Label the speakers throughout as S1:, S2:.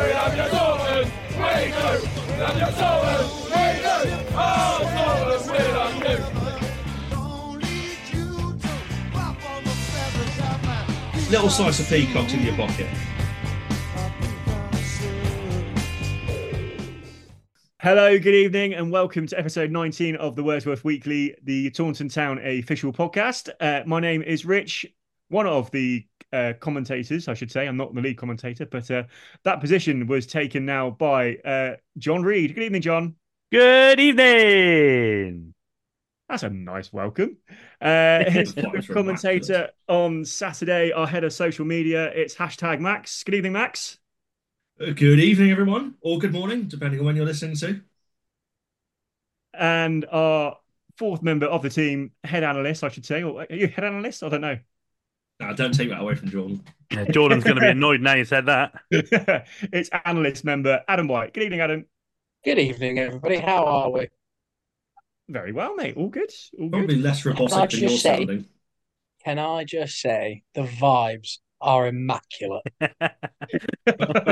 S1: Ramyazoran, Raiders! Ramyazoran, Raiders! All Zoran, we're on you!
S2: Little slice of peacocks in your pocket.
S3: Hello, good evening, and welcome to episode 19 of the Wordsworth Weekly, the Taunton Town official podcast. Uh, my name is Rich, one of the uh, commentators, I should say. I'm not the lead commentator, but uh, that position was taken now by uh, John Reed. Good evening, John.
S4: Good evening.
S3: That's a nice welcome. Uh, he's
S2: That was
S3: commentator on Saturday, our head of social media. It's hashtag Max. Good evening, Max.
S2: Uh, Good evening, everyone, or good morning, depending on when you're listening to.
S3: And our fourth member of the team, head analyst, I should say. Or are you head analyst? I don't know.
S2: Nah, don't take that away from Jordan.
S4: Yeah, Jordan's going to be annoyed now you said that.
S3: it's analyst member Adam White. Good evening, Adam.
S5: Good evening, everybody. How are we?
S3: Very well, mate. All good. All good.
S2: Probably less
S5: Can I
S2: robotic than you're
S5: just say-
S2: sounding.
S5: Can I just say the vibes are immaculate?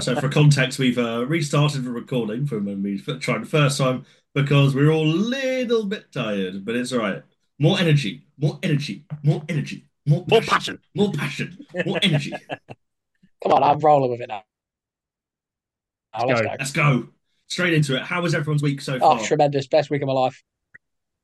S2: so, for context, we've uh, restarted the recording from when we f- tried the first time because we're all a little bit tired, but it's all right. More energy, more energy, more energy, more
S4: More
S2: passion,
S4: passion.
S2: more passion, more energy.
S5: Come on, I'm rolling with it now. Now,
S3: Let's
S5: let's
S3: go.
S5: go.
S2: Let's go straight into it. How was everyone's week so
S5: Oh,
S2: far?
S5: tremendous. Best week of my life.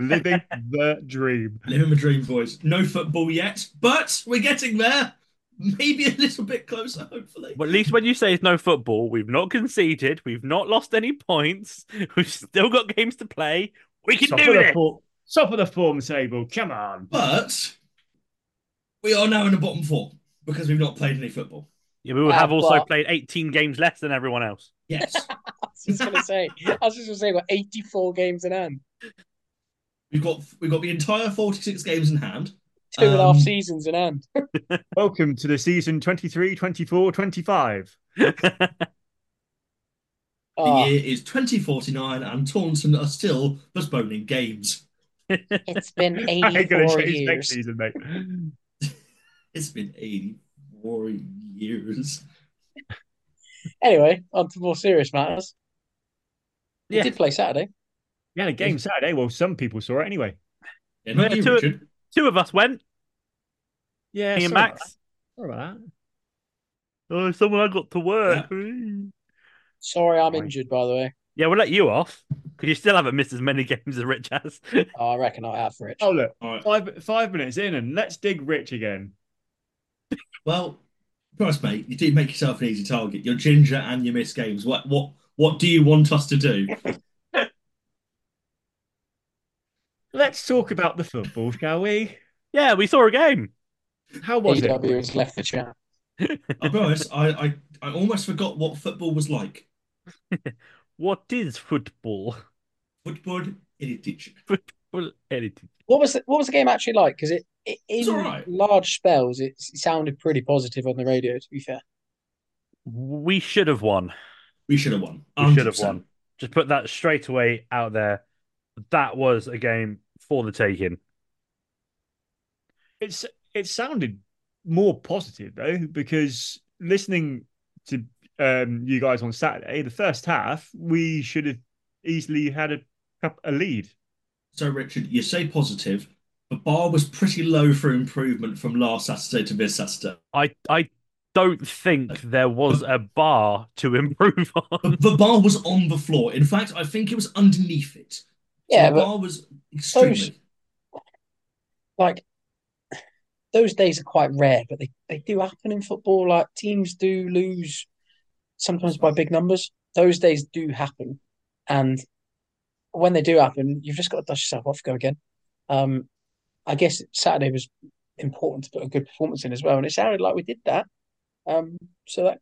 S3: Living the dream.
S2: Living the dream, boys. No football yet, but we're getting there. Maybe a little bit closer, hopefully.
S4: Well, at least when you say it's no football, we've not conceded, we've not lost any points, we've still got games to play. We can
S3: Top of,
S4: do
S3: the
S4: it.
S3: for- top of the form table. Come on.
S2: But we are now in the bottom four because we've not played any football.
S4: Yeah, we will
S5: Ah,
S4: have also
S5: but-
S4: played 18 games less than everyone else.
S2: Yes,
S5: I was just going to say, I was just going to say, we're 84 games in hand,
S2: we've got we've got the entire forty-six games in hand.
S5: two and a half
S2: Um,
S5: seasons in hand.
S3: Welcome to the season 23, 24, 25.
S2: The
S5: Oh,
S2: year is twenty forty-nine, and Taunton are still postponing games.
S5: it's been
S3: I ain't gonna
S5: 84
S3: change next
S5: years.
S3: season, mate.
S2: It's been eighty-four years.
S5: Anyway, on to more serious matters. We
S4: Yeah.
S5: did play Saturday.
S3: We had a game Saturday. Well, some people saw it anyway.
S2: Yeah, not
S4: Yeah,
S2: you,
S4: two-
S2: Richard.
S4: Two of us went,
S3: Yeah,
S4: me
S3: sorry
S4: and
S3: about
S4: Max.
S3: that. Sorry about that.
S4: Oh, someone I got to work.
S5: Sorry, I'm
S3: Right.
S5: injured, by the way.
S4: Yeah, we'll let you off because you still haven't missed as many games as Rich has.
S5: Oh, I reckon I have, Rich.
S3: Oh, look.
S2: All right.
S3: Five, five minutes in, and let's dig Rich again.
S2: Well, Christ, mate, you did make yourself an easy target. You're ginger and you miss games. What what what do you want us to do?
S3: Let's talk about the football, shall we?
S4: yeah, we saw a game.
S3: How was it?
S5: EW E has left the chat.
S2: I'll be honest, I, I, I almost forgot what football was like.
S4: What is football?
S2: Football in a ditch.
S4: Well, edited.
S5: What was the, what was the game actually like? Because it, it
S2: It's
S5: in
S2: all right.
S5: large spells, it, s- sounded pretty positive on the radio. To be fair,
S4: We should have won.
S2: We should have won.
S4: We should have
S2: 100%.
S4: won. Just put that straight away out there. That was a game for the taking.
S3: it's it sounded more positive though because listening to um you guys on saturday the first half we should have easily had a cup- a lead
S2: So, Richard, you say positive. The bar was pretty low for improvement from last Saturday to this Saturday.
S4: I I don't think there was a bar to improve on.
S2: But the bar was on the floor. In fact, I think it was underneath it. So
S5: yeah,
S2: the
S5: but
S2: bar was extremely.
S5: Those- like those days are quite rare, but they they do happen in football. Like teams do lose sometimes by big numbers. Those days do happen, and when they do happen, you've just got to dust yourself off, go again. Um, I guess Saturday was important to put a good performance in as well, and it sounded like we did that. Um, so that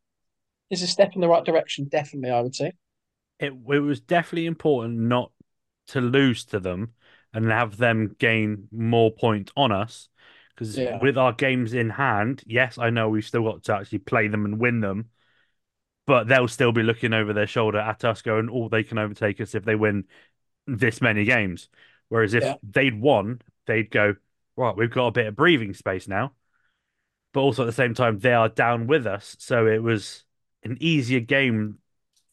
S5: is a step in the right direction, definitely. I would say.
S4: It, it was definitely important not to lose to them and have them gain more points on us. Because
S5: Yeah.
S4: with our games in hand, yes, I know we've still got to actually play them and win them, but they'll still be looking over their shoulder at us, going, "Oh, they can overtake us if they win this many games." Whereas if
S5: Yeah.
S4: they'd won, they'd go, "Right, we've got a bit of breathing space now." But also at the same time, they are down with us, so it was an easier game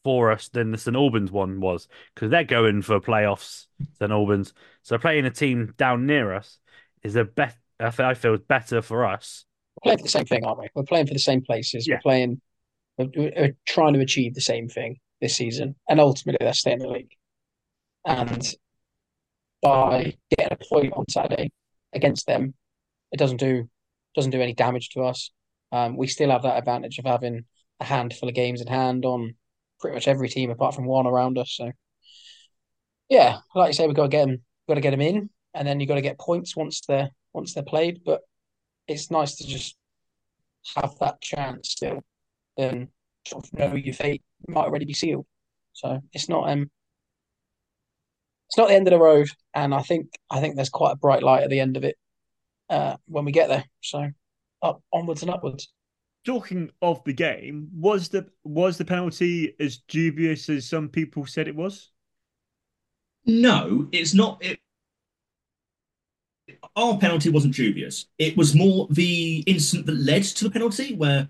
S4: for us than the St Albans one was because they're going for playoffs. St Albans, so playing a team down near us is a bet. I fe- I feel is better for us.
S5: We're playing for the same thing, aren't we? We're playing for the same places.
S4: Yeah.
S5: We're playing. We're, we're trying to achieve the same thing this season, and ultimately, that's staying in the league. And by getting a point on Saturday against them, it doesn't do doesn't do any damage to us. Um, we still have that advantage of having a handful of games in hand on pretty much every team apart from one around us. So, yeah, like you say, we've got to get them, got to get them in, and then you've got to get points once they're once they're played. But it's nice to just have that chance still and sort of know your fate might already be sealed. So it's not um it's not the end of the road and I think I think there's quite a bright light at the end of it uh when we get there. So up onwards and upwards.
S3: Talking of the game, was the was the penalty as dubious as some people said it was?
S2: No, it's not. It, our penalty wasn't dubious. It was more the incident that led to the penalty, where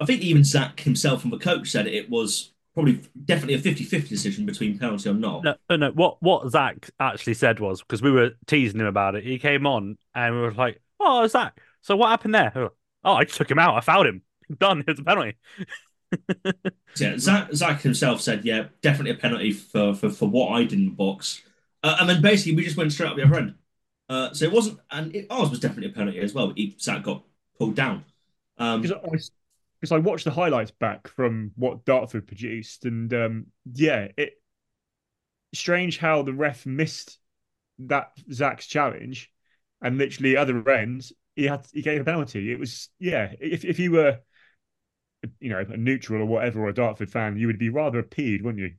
S2: I think even Zach himself and the coach said it was probably definitely a 50 50 decision between penalty or not.
S4: No, no, no. What what Zach actually said was because we were teasing him about it. He came on and we were like, "Oh, Zach, so what happened there?" Oh, I took him out. I fouled him. Done. It's a penalty.
S2: Yeah, Zach, Zach himself said, yeah, definitely a penalty for, for, for what I did in the box. Uh, and then basically, we just went straight up the other end. Uh, so it wasn't, and it, ours was definitely a penalty as well. He, Zach got pulled down. Um,
S3: Because I because I watched the highlights back from what Dartford produced, and um, yeah, it strange how the ref missed that Zach's challenge, and literally other ends he had he gave a penalty. It was yeah, if if you were you know a neutral or whatever or a Dartford fan, you would be rather appeased, wouldn't you?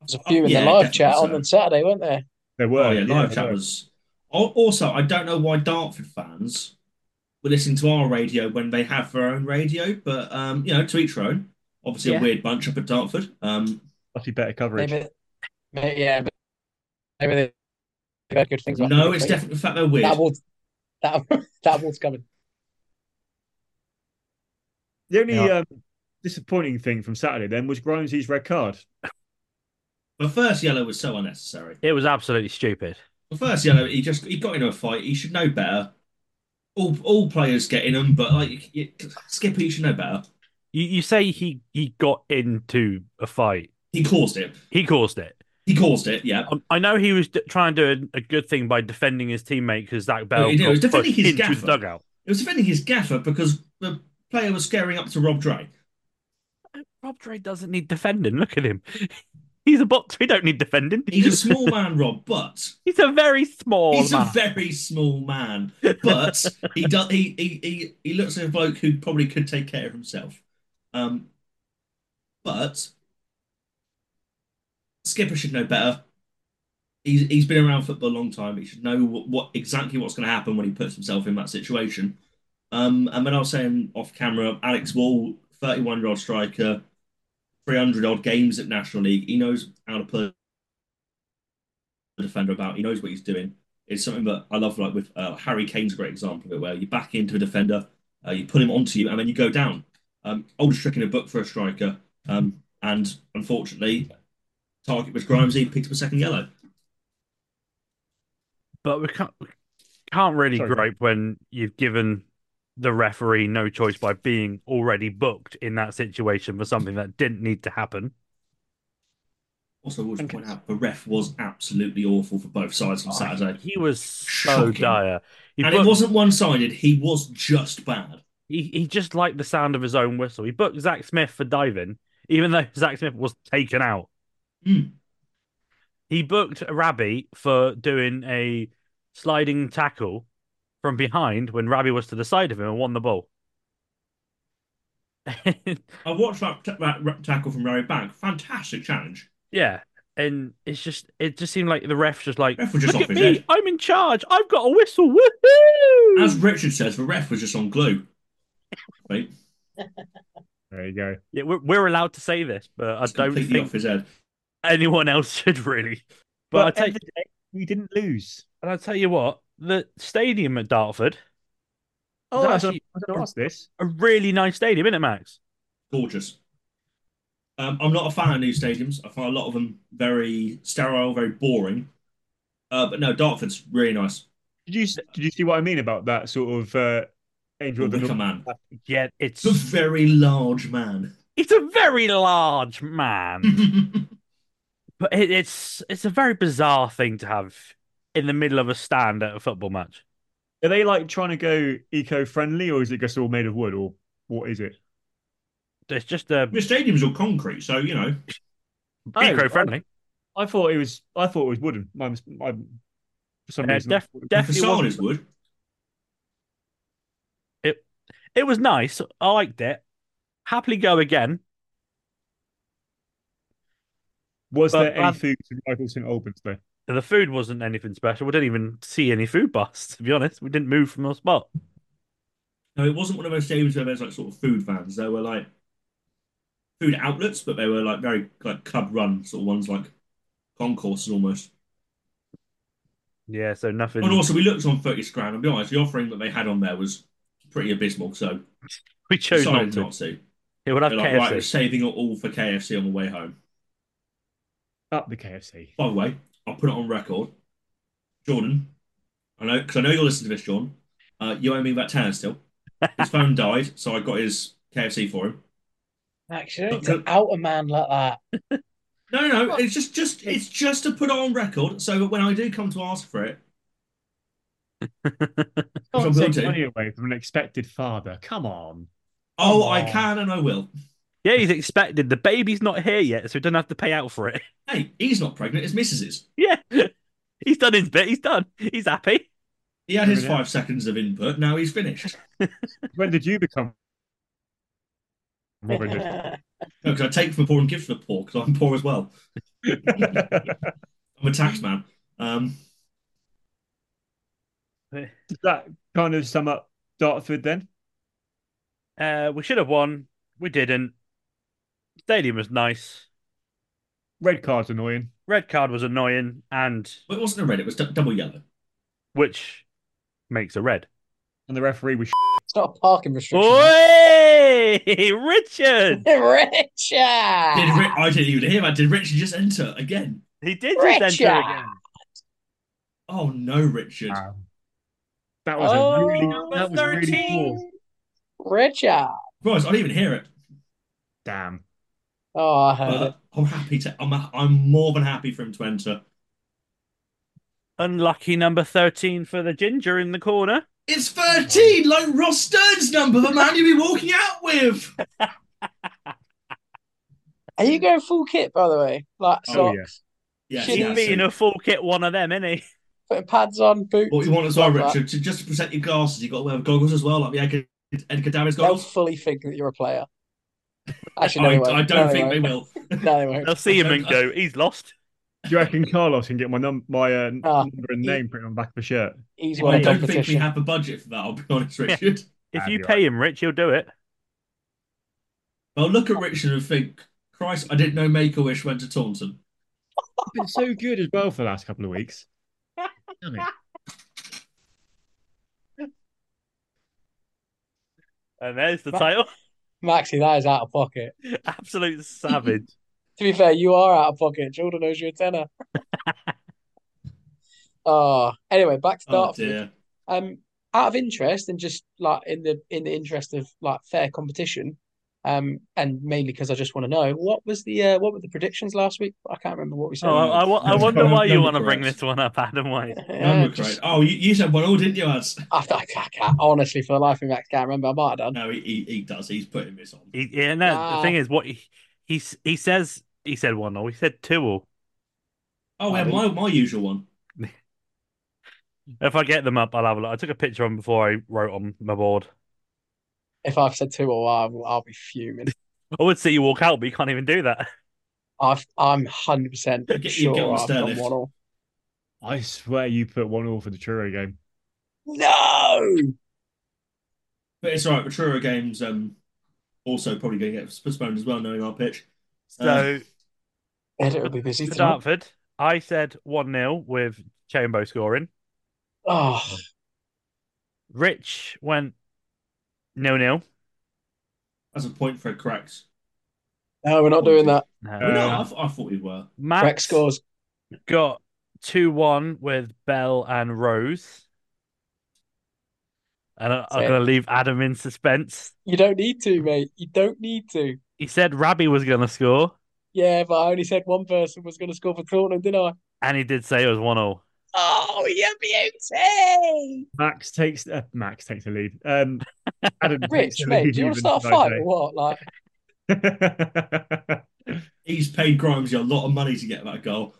S5: There's a few in
S2: Yeah,
S5: the live chat
S2: definitely so.
S5: on Saturday, weren't there?
S3: There were
S2: oh, yeah, live
S3: there
S2: chat
S3: were.
S2: was. Al- Also, I don't know why Dartford fans were listening to our radio when they have their own radio, but um, you know, to each their own. Obviously, a
S4: Yeah.
S2: weird bunch up at Dartford. Um,
S3: Must be better coverage.
S5: Maybe, maybe yeah, but maybe they- they've heard good things about
S2: no,
S5: it,
S2: it's
S5: but
S2: definitely the fact they're weird.
S5: that award that that award's coming.
S3: The only
S4: Yeah.
S3: um, disappointing thing from Saturday then was Grimesy's red card.
S2: The first yellow was so unnecessary.
S4: It was absolutely stupid.
S2: The first yellow, he just he got into a fight. He should know better. All all players get in them, but like you, Skipper, you should know better.
S4: You you say he he got into a fight.
S2: He caused it.
S4: He caused it.
S2: He caused it. Yeah.
S4: Um, I know he was d- trying to do a, a good thing by defending his teammate because Zach Bell
S2: Well, you know, it was
S4: got
S2: defending
S4: pushed
S2: his
S4: into the
S2: gaffer.
S4: dugout.
S2: It was defending his gaffer because the player was scaring up to Rob Dre.
S4: Rob Dre doesn't need defending. Look at him. He's a boxer. We don't need defending.
S2: He's a small man, Rob, but
S4: He's a very small
S2: he's
S4: man.
S2: a very small man. But he does he, he he he looks like a bloke who probably could take care of himself. Um but Skipper should know better. He's he's been around football a long time. He should know what, what exactly what's going to happen when he puts himself in that situation. Um, and then I was saying off camera, Alex Wall, thirty-one year old striker, three hundred odd games at National League. He knows how to put a defender about. He knows what he's doing. It's something that I love. Like with uh, Harry Kane's a great example of it, where you back into a defender, uh, you put him onto you, and then you go down. Um, oldest trick in a book for a striker. Um, and unfortunately, target was Grimesy, picked up a second yellow.
S4: but we can't we can't really
S3: Sorry.
S4: gripe when you've given the referee no choice by being already booked in that situation for something that didn't need to happen.
S2: Also, I will just
S5: Okay.
S2: point out the ref was absolutely awful for both sides on Saturday,
S4: He was so
S2: Shocking.
S4: dire. Oh. He,
S2: and
S4: booked-
S2: it wasn't one-sided. He was just bad.
S4: he he just liked the sound of his own whistle. He booked Zach Smith for diving, even though Zach Smith was taken out.
S2: Hmm.
S4: He booked Rabbi for doing a sliding tackle from behind when Rabbi was to the side of him and won the ball.
S2: I watched that, that rep tackle from Larry Bank. Fantastic challenge.
S4: Yeah, and it's just it just seemed like the refs just like
S2: Ref was just
S4: look
S2: off
S4: at
S2: his
S4: me,
S2: head.
S4: I'm in charge. I've got a whistle. Woohoo!
S2: As Richard says, the ref was just on glue. Right?
S3: There you go.
S4: Yeah, we're, we're allowed to say this, but I
S2: It's
S4: don't
S2: completely
S4: think
S2: off his head.
S4: anyone else should really.
S3: But,
S4: But, I
S3: end
S4: tell
S3: of the day, we didn't lose.
S4: and I tell you what, the stadium at Dartford,
S3: Oh, I was
S4: actually-
S3: going to ask this.
S4: a really nice stadium, isn't it, Max?
S2: gorgeous. Um, I'm not a fan of new stadiums. I find a lot of them very sterile, very boring. Uh, but no, Dartford's really nice.
S3: Did you did you see what I mean about that sort of uh, angel
S2: The
S3: of the
S2: Wicker
S3: North?
S2: Man.
S4: Yeah, it's
S2: It's a very large man.
S4: it's a very large man, but it, it's it's a very bizarre thing to have in the middle of a stand at a football match.
S3: Are they like trying to go eco-friendly, or is it just all made of wood, or what is it?
S4: It's just a
S2: the stadium's all concrete, so you know.
S3: Oh,
S4: eco-friendly.
S3: I thought it was. I thought it was wooden. My, mis- my, for some
S4: Yeah,
S3: reason,
S4: def-
S2: The
S4: definitely
S2: facade
S4: wasn't-
S2: is wood.
S4: It was nice. I liked it. Happily go again.
S3: was
S4: but
S3: there any
S4: Brad-
S3: food to rival St Albans though?
S4: The food wasn't anything special. We didn't even see any food busts, to be honest. We didn't move from our spot.
S2: No, it wasn't one of those stadiums where there's like sort of food vans. There were like food outlets, but they were like very like club run sort of ones, like concourses almost.
S4: Yeah, so nothing.
S2: And also, we looked on thirty grand. I'll be honest, the offering that they had on there was pretty abysmal. So
S4: we chose
S2: decided
S4: not to.
S2: not to.
S4: It would have
S2: They're like, right, we're
S4: KFC.
S2: saving it all for KFC on the way home.
S3: Up the KFC.
S2: By the way, I'll put it on record. Jordan, I know because I know you're listening to this, Jordan. Uh, you owe me that tenner still. His phone died, so I got his KFC for him.
S5: Actually,
S2: But-
S5: to out a man like that.
S2: No, no, no, it's just, just, it's just to put it on record, so that when I do come to ask for it, I
S3: Can't
S2: will
S3: take
S2: do.
S3: money away from an expected father. Come on.
S2: oh,
S5: Come
S2: I
S5: on.
S2: can and I will.
S4: Yeah, he's expected. The baby's not here yet, so he doesn't have to pay out for it.
S2: Hey, he's not pregnant; his missus is.
S4: Yeah. He's done his bit. He's done. He's happy.
S2: He had his
S3: Fair enough.
S2: five seconds of input. Now he's finished.
S3: When did you become? Robin Hood?
S5: That's
S2: Because I take from the poor and give to the poor, because I'm poor as well. I'm a tax man. Um,
S3: Does that kind of sum up Dartford then?
S4: Uh, we should have won. We didn't. Stadium was nice.
S3: Red card's annoying.
S4: Red card was annoying, and
S2: but it wasn't a red; it was d- double yellow.
S4: which makes a red.
S3: And the referee was
S5: not a Oh, parking restriction.
S4: Oi, Richard!
S2: Did
S5: Richard.
S2: Ri- I didn't even hear that. Did Richard just enter again?
S4: He did just enter
S5: Richard!
S4: again.
S2: Oh no, Richard!
S5: Ah.
S3: Um, that was a really
S5: Oh,
S3: that was really poor.
S5: Richard.
S2: Right, I didn't even hear it.
S3: Damn.
S5: Oh, I heard it.
S2: But I'm happy to. I'm. I'm more than happy for him to enter.
S4: Unlucky number 13 for the ginger in the corner.
S2: It's 13, like Ross Stern's number, the man you'll be walking out with.
S5: Are you going full kit, by the way? Like
S3: Oh,
S5: socks,
S3: yeah.
S2: Uh, Yeah,
S5: Shouldn't
S2: yeah,
S4: Shouldn't be
S2: so-
S4: in a full kit one of them, innit?
S5: putting pads on, boots.
S2: What you want as well,
S5: Love that.
S2: Richard, to, just to protect your glasses, you've got to wear goggles as well, like the Edgar, Edgar Davids
S5: They'll
S2: goggles.
S5: fully think that you're a player. Actually, no,
S2: I,
S5: they won't.
S2: I
S5: No,
S2: don't
S5: they
S2: think they
S5: won't.
S2: will.
S5: No, they won't.
S4: They'll see him
S2: Okay.
S4: and go, he's lost.
S3: Do you reckon Carlos can get my num my uh,
S5: Ah,
S3: number and name printed on the back of the shirt?
S5: He's
S4: I
S5: won
S2: I
S5: a
S4: Well,
S2: don't think we
S5: competition.
S2: have a budget for that, I'll be honest, Richard.
S4: If
S3: Ah,
S4: you
S3: you're
S4: pay him, Rich, he'll do it.
S2: I'll look at Richard and think, Christ, I didn't know Make a Wish went to Taunton.
S3: I've been so good as well for the last couple of weeks. Damn it.
S4: And there's the
S5: Ma-
S4: title.
S5: Maxi, that is out of pocket.
S4: Absolute savage.
S5: To be fair, you are out of pocket. Jordan owes you a tenner. oh, anyway, back to
S2: Oh,
S5: Dartford.
S2: dear.
S5: um, out of interest and just like in the in the interest of like fair competition, um, and mainly because I just want to know what was the uh, what were the predictions last week? I can't remember what we said.
S4: Oh, I, I wa- I
S2: That's
S4: wonder
S2: kind of
S4: why you
S2: number
S4: want to bring
S2: correct.
S4: this one up, Adam. Why?
S5: Yeah,
S2: Remember correct.
S5: just-
S2: Oh, you, you said one all, didn't you, Ads?
S5: I, I can't, honestly, for the life of me, I can't remember. I might have done.
S2: No, he, he, he does. He's putting this on.
S4: He, yeah, no,
S5: Nah.
S4: the thing is, what he, he s- he says, he said one or he said two or.
S2: Oh, yeah, my, my usual one.
S4: If I get them up, I'll have a look. I took a picture of them before I wrote on my board.
S5: If I've said two or I'll, I'll be fuming.
S4: I would see you walk out, but you can't even do that.
S5: I've, I'm hundred percent
S2: You get- you
S5: sure
S2: get on the
S5: I've
S2: stair
S5: done
S2: lift.
S5: one all.
S3: I swear you put one all for the Truro game.
S5: No,
S2: But it's all right. Truro game's um, also probably going to get postponed as well, knowing our pitch.
S4: So,
S5: Edit will be busy
S4: for
S5: tonight.
S4: Dartford, I said 1 0 with Chambo scoring.
S5: Oh,
S4: Rich went 0 0.
S2: That's a point for Cracks.
S5: No, we're not doing that.
S4: No.
S2: No,
S3: Uh,
S5: Um,
S2: I, th- I thought we were.
S4: Matt
S5: Rex scores.
S4: got 2 1 with Bell and Rose. And I, I'm
S5: That's it.
S4: going to leave Adam in suspense.
S5: You don't need to, mate. You don't need to.
S4: He said Rabbi was going to score,
S5: Yeah, but I only said one person was going to score for Tottenham, didn't I?
S4: and he did say it was 1 0.
S5: Oh, you beauty!
S3: Max takes uh, Max takes the lead. Um, Adam takes
S5: Rich,
S3: the
S5: mate,
S3: lead
S5: do you want
S3: even,
S5: to start a
S3: should I
S5: fight
S3: say.
S5: or what? Like,
S3: eh?
S2: He's paid Grimes a lot of money to get that goal.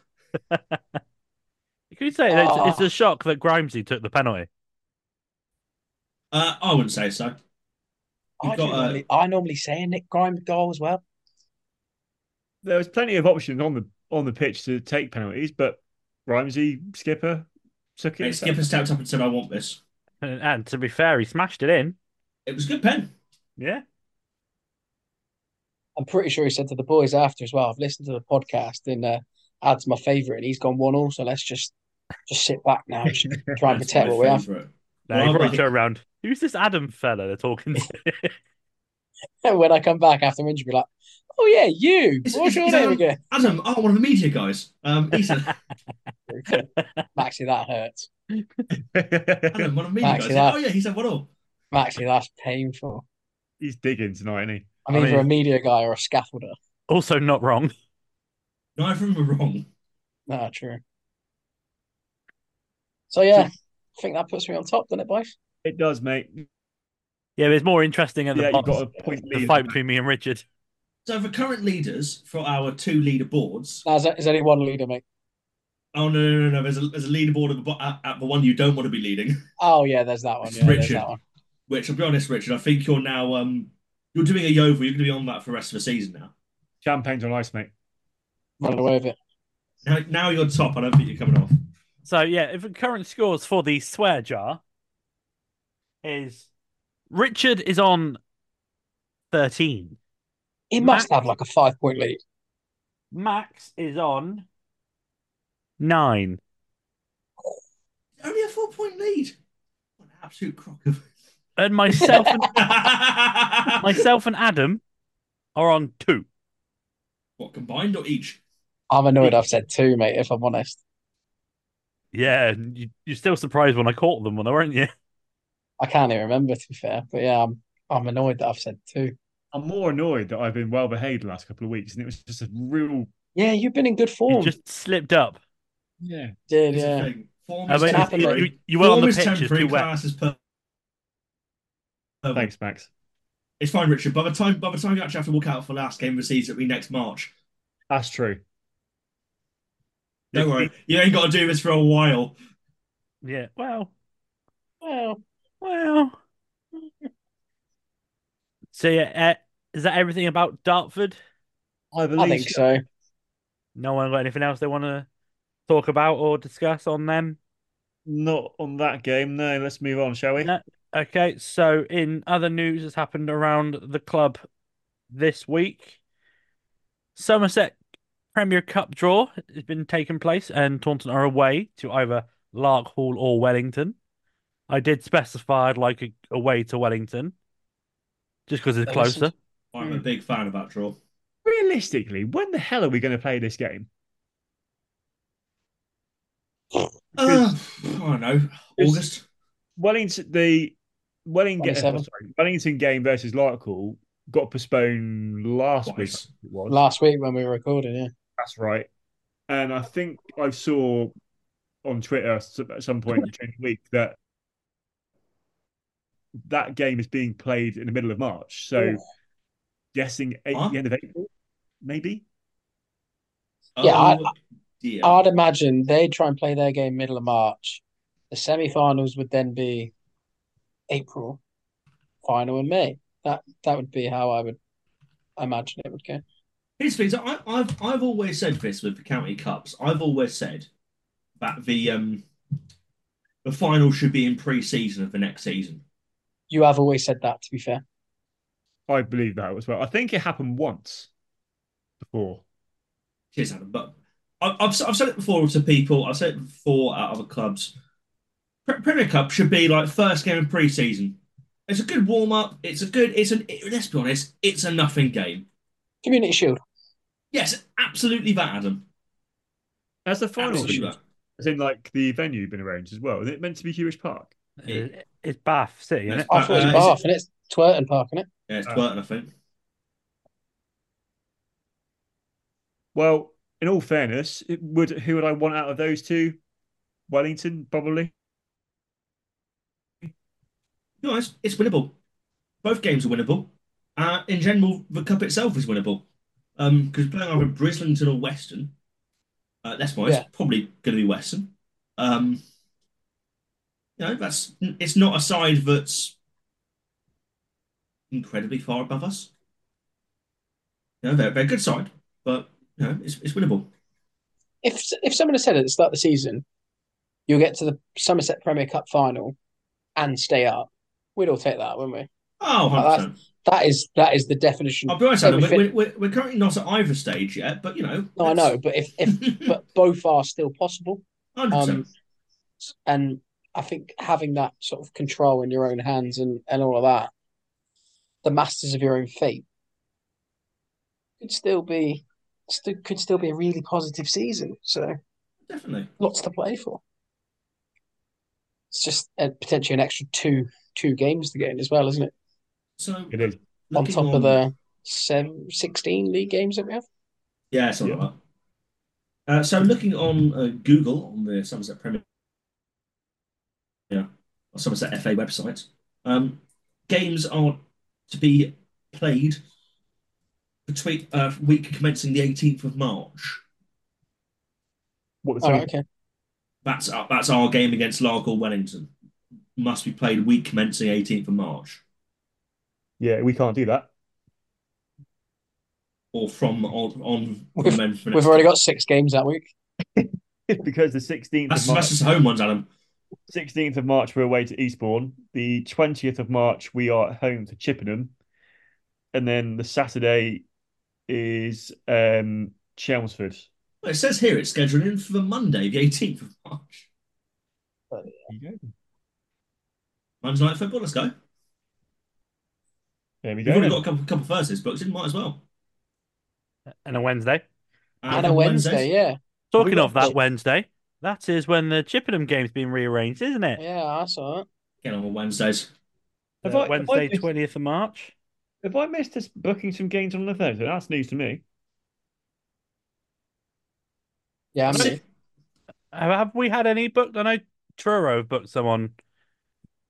S4: Can you say that it's, it's
S5: Oh.
S4: a shock that Grimesy took the penalty?
S2: Uh, I wouldn't say so.
S5: I,
S2: You've
S5: do
S2: got, uh,
S5: normally, I normally say a Nick Grimes goal as well.
S3: there was plenty of options on the on the pitch to take penalties, but Rhymesy Skipper took
S2: Hey,
S3: it.
S2: Skipper stepped up and said, I want this.
S4: And, and to be fair, he smashed it in.
S2: It was a good pen.
S4: Yeah.
S5: I'm pretty sure he said to the boys after as well. I've listened to the podcast and uh, Ad's my favourite, and he's gone one all. So let's just just sit back now, just try and
S2: That's
S5: protect
S2: my
S5: what we have.
S2: favourite.
S4: No,
S2: Well,
S4: he
S2: I-
S4: probably turned around. Who's this Adam fella they're talking to?
S5: when I come back after I'm injured, be like, oh yeah, you.
S2: Is- is-
S5: What's your
S2: is
S5: name
S2: Adam-
S5: again?
S2: Adam, oh, one of the media guys. Um, he said,
S5: Maxie, that hurts.
S2: Adam, one of the media
S5: Actually,
S2: guys.
S5: that-
S2: Oh, yeah, he said, what all?
S5: Maxie, that's painful.
S3: He's digging tonight, isn't he?
S5: I'm
S4: I
S5: either
S4: mean-
S5: a media guy or a scaffolder.
S4: also, not wrong.
S2: Neither of them were wrong.
S5: No, Ah, true. So yeah, I think that puts me on top, doesn't it, boys?
S3: It does, mate.
S4: Yeah, but it's more interesting at the
S3: Yeah, you've
S4: bottom.
S3: got a point
S4: the
S3: lead.
S4: fight between me and Richard.
S2: So for current leaders for our two leaderboards,
S5: No, is there- is there only one leader, mate?
S2: oh no no no, no there's a there's a leaderboard at the, bo- at, at the one you don't want to be leading.
S5: Oh yeah, there's that one.
S2: It's
S5: Yeah, there's
S2: Richard.
S5: that one.
S2: Which I'll be honest, Richard, I think you're now um you're doing a Yeovil. You're going to be on that for the rest of the season now.
S3: Champagne's on ice, mate.
S5: Running away with it.
S2: Now now you're top. I don't think you're coming off.
S4: So yeah, if the current scores for the swear jar is Richard is on thirteen.
S5: He must
S4: Max-
S5: have like a five point lead.
S4: Max is on nine.
S2: Only a four point lead. What an absolute crock of.
S4: And myself and myself and Adam are on two.
S2: What combined or each?
S5: I'm annoyed I've said two, mate, if I'm honest.
S4: Yeah, and you, you're still surprised when I caught them, weren't you?
S5: I can't even remember to be fair. But yeah, I'm I'm annoyed that I've said two.
S3: I'm more annoyed that I've been well behaved the last couple of weeks, and it was just a real
S5: Yeah, you've been in good
S4: You
S5: form.
S4: just slipped up.
S3: yeah.
S5: Did
S2: It's a
S5: yeah.
S2: thing. Form
S4: I
S2: is
S4: mean,
S5: happened,
S2: temporary.
S4: you, you were on
S2: Form
S4: the
S2: is
S4: pitch. It's
S2: temporary,
S4: too wet.
S2: class is per-
S3: Thanks, Max.
S2: It's fine, Richard. By the time by the time you actually have to walk out for last game of the season, it'll be next March.
S3: That's true.
S2: Don't worry, you ain't got to do this for a while.
S4: Yeah. Well,
S5: Well,
S4: Well. So yeah, uh, is that everything about Dartford?
S3: I
S5: I
S3: believe
S5: think so.
S4: No one got anything else they want to talk about or discuss on them?
S3: Not on that game. No, let's move on, shall we?
S4: No. Okay, so in other news that's happened around the club this week, Somerset Premier Cup draw has been taking place, and Taunton are away to either Larkhall or Wellington. I did specify I'd like a away to Wellington, just because it's
S5: That was-
S4: closer.
S2: I'm
S5: Hmm.
S2: a big fan of that draw.
S3: Realistically, when the hell are we going to play this game?
S2: Uh, I don't know. August.
S3: Wellington, the Wellington,
S5: 27.
S3: oh, sorry, Wellington game versus Larkhall got postponed last week.
S2: Twice.
S3: It was.
S5: Last week when we were recording, yeah.
S3: That's right. And I think I saw on Twitter s- at some point during the week that that game is being played in the middle of March. So,
S5: Ooh.
S3: guessing eight,
S2: Huh?
S3: the end of April, maybe.
S5: Yeah, I-
S2: Oh, dear.
S5: I'd imagine they try and play their game middle of March. The semi-finals would then be April, final in May. That that would be how I would imagine it would go.
S2: Here's the thing. So I, I've I've always said this with the county cups. I've always said that the um the final should be in pre-season of the next season.
S5: You have always said that, to be fair.
S3: I believe that as well. I think it happened once before.
S2: Cheers, Adam. But I, I've s- I've said it before to people. I've said it before at other clubs. Pre- Premier Cup should be like first game of pre-season, It's a good warm up. It's a good. It's an. it- let's be honest. It's a nothing game.
S5: Community Shield.
S2: Yes, absolutely that, Adam.
S3: Has the final
S2: Absolutely
S3: been,
S2: that.
S3: as in like the venue been arranged as well? Is it meant to be Hewish Park?
S4: It- It's Bath City, isn't it?
S5: I thought it
S2: Uh,
S5: was
S2: is it-
S5: Bath, and it's Twerton Park, isn't it?
S2: Yeah, it's eh?
S3: Uh,
S2: Burton, I think.
S3: Well, in all fairness, it would who would I want out of those two? Wellington, probably.
S2: No, it's, it's winnable. Both games are winnable. Uh, in general, the cup itself is winnable. Um, because playing either Brislington or Western, uh, that's why it's
S5: Yeah.
S2: probably going to be Western. Um, you know, that's it's not a side that's incredibly far above us. You know, they're, they're a good side, but you know, it's it's winnable.
S5: If if someone had said at the start of the season, you'll get to the Somerset Premier Cup final and stay up, we'd all take that, wouldn't we?
S2: Oh, 100%.
S5: That is that is the definition.
S2: I'll be honest,
S5: So
S2: Adam,
S5: we
S2: we're,
S5: fin-
S2: we're, we're currently not at either stage yet, but you know.
S5: No, I know,
S2: that's-
S5: but if if but both are still possible.
S2: 100%.
S5: Um, and I think having that sort of control in your own hands and, and all of that, the masters of your own fate, could still be still, could still be a really positive season. So
S2: Definitely.
S5: lots to play for. It's just uh, potentially an extra two two games to get in as well, isn't it?
S2: So
S3: It is.
S5: On
S2: looking
S5: top of the seven, 16 league games that we have.
S2: yeah, something like that. Uh, so looking on uh, Google on the Somerset Premier, yeah, or Somerset FA website, um, games are to be played between uh, week commencing the 18th of March.
S3: What
S5: Oh,
S3: so
S5: okay.
S2: That's our, that's our game against Larkhall Wellington. Must be played week commencing 18th of March
S3: yeah, we can't do that.
S2: or from on on.
S5: We've-
S2: from then-
S5: We've already got six games that week.
S3: because the sixteenth
S2: That's,
S3: of
S2: that's
S3: March
S2: just home ones, Adam.
S3: sixteenth of March we're away to Eastbourne. The twentieth of March we are at home to Chippenham. And then the Saturday is um Chelmsford.
S2: Well, It says here it's scheduled in for the Monday, the 18th of March. Monday night football. Let's go.
S3: There we
S2: We've
S3: go.
S2: already
S3: then.
S2: got a couple, couple Thursdays booked in. Might as well.
S4: and a Wednesday.
S5: And a Wednesday, yeah.
S4: Talking
S5: got
S4: of that
S5: the-
S4: Wednesday, that is when the Chippenham game's been rearranged, isn't it?
S5: Yeah, I saw that.
S2: Get on with Wednesdays.
S3: Have
S4: Uh,
S3: I- have I
S4: Wednesday,
S3: missed-
S4: twentieth of March.
S3: Have I missed us booking some games on the Thursday? That's news to me.
S5: Yeah, I
S2: That's
S5: mean,
S2: it.
S4: Have, have we had any booked? I know Truro have booked someone.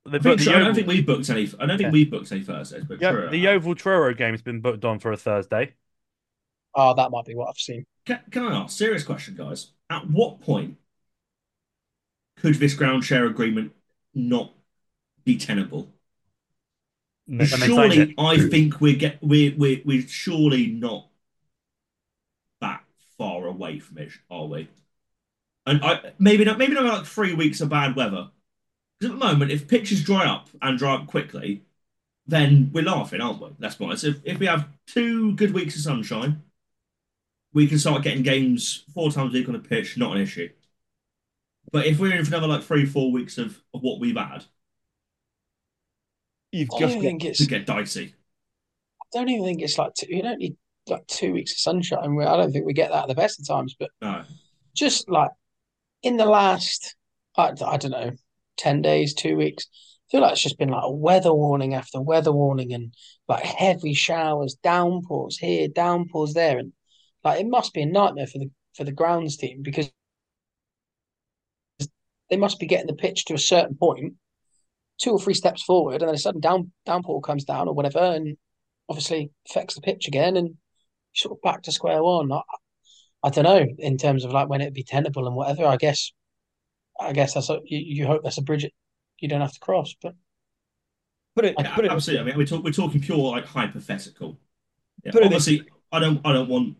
S4: They
S2: I, think
S4: booked the
S2: so. I don't
S4: Yeovil-
S2: think we booked any. I don't think
S4: Yeah.
S2: we booked any Thursdays. But uh,
S4: Yo-
S2: true.
S4: the Yeovil Truro game's been booked on for a Thursday.
S5: oh, that might be what I've seen.
S2: Can, can I ask serious question, guys? At what point could this ground share agreement not be tenable?
S3: No.
S4: they signed
S2: Surely,
S4: it.
S2: I think we're get we're we're we're surely not that far away from it, are we? And I maybe not maybe not like three weeks of bad weather. Because at the moment, if pitches dry up and dry up quickly, then we're laughing, aren't we? That's why. So if, if we have two good weeks of sunshine, we can start getting games four times a week on a pitch, not an issue. But if we're in for another like three, four weeks of, of what we've had,
S3: You've
S5: I don't
S3: just
S5: even
S3: got-
S5: think it's.
S2: to get dicey.
S5: I don't even think it's like two, you don't need like two weeks of sunshine. We- I don't think we get that at the best of times, but
S2: No.
S5: just like in the last, I, I don't know, ten days, two weeks. I feel like it's just been like weather warning after weather warning, and like heavy showers, downpours here, downpours there, and like it must be a nightmare for the for the grounds team because they must be getting the pitch to a certain point, two or three steps forward, and then a sudden down downpour comes down or whatever, and obviously affects the pitch again, and sort of back to square one. I, I don't know in terms of like when it'd be tenable and whatever. I guess, I guess that's a, you, you hope that's a bridge that you don't have to cross, but
S3: put it
S2: Yeah,
S3: put it
S2: absolutely. I mean, we're, talk, we're talking pure like hypothetical. Yeah,
S3: Put it this-
S2: obviously, I don't I don't want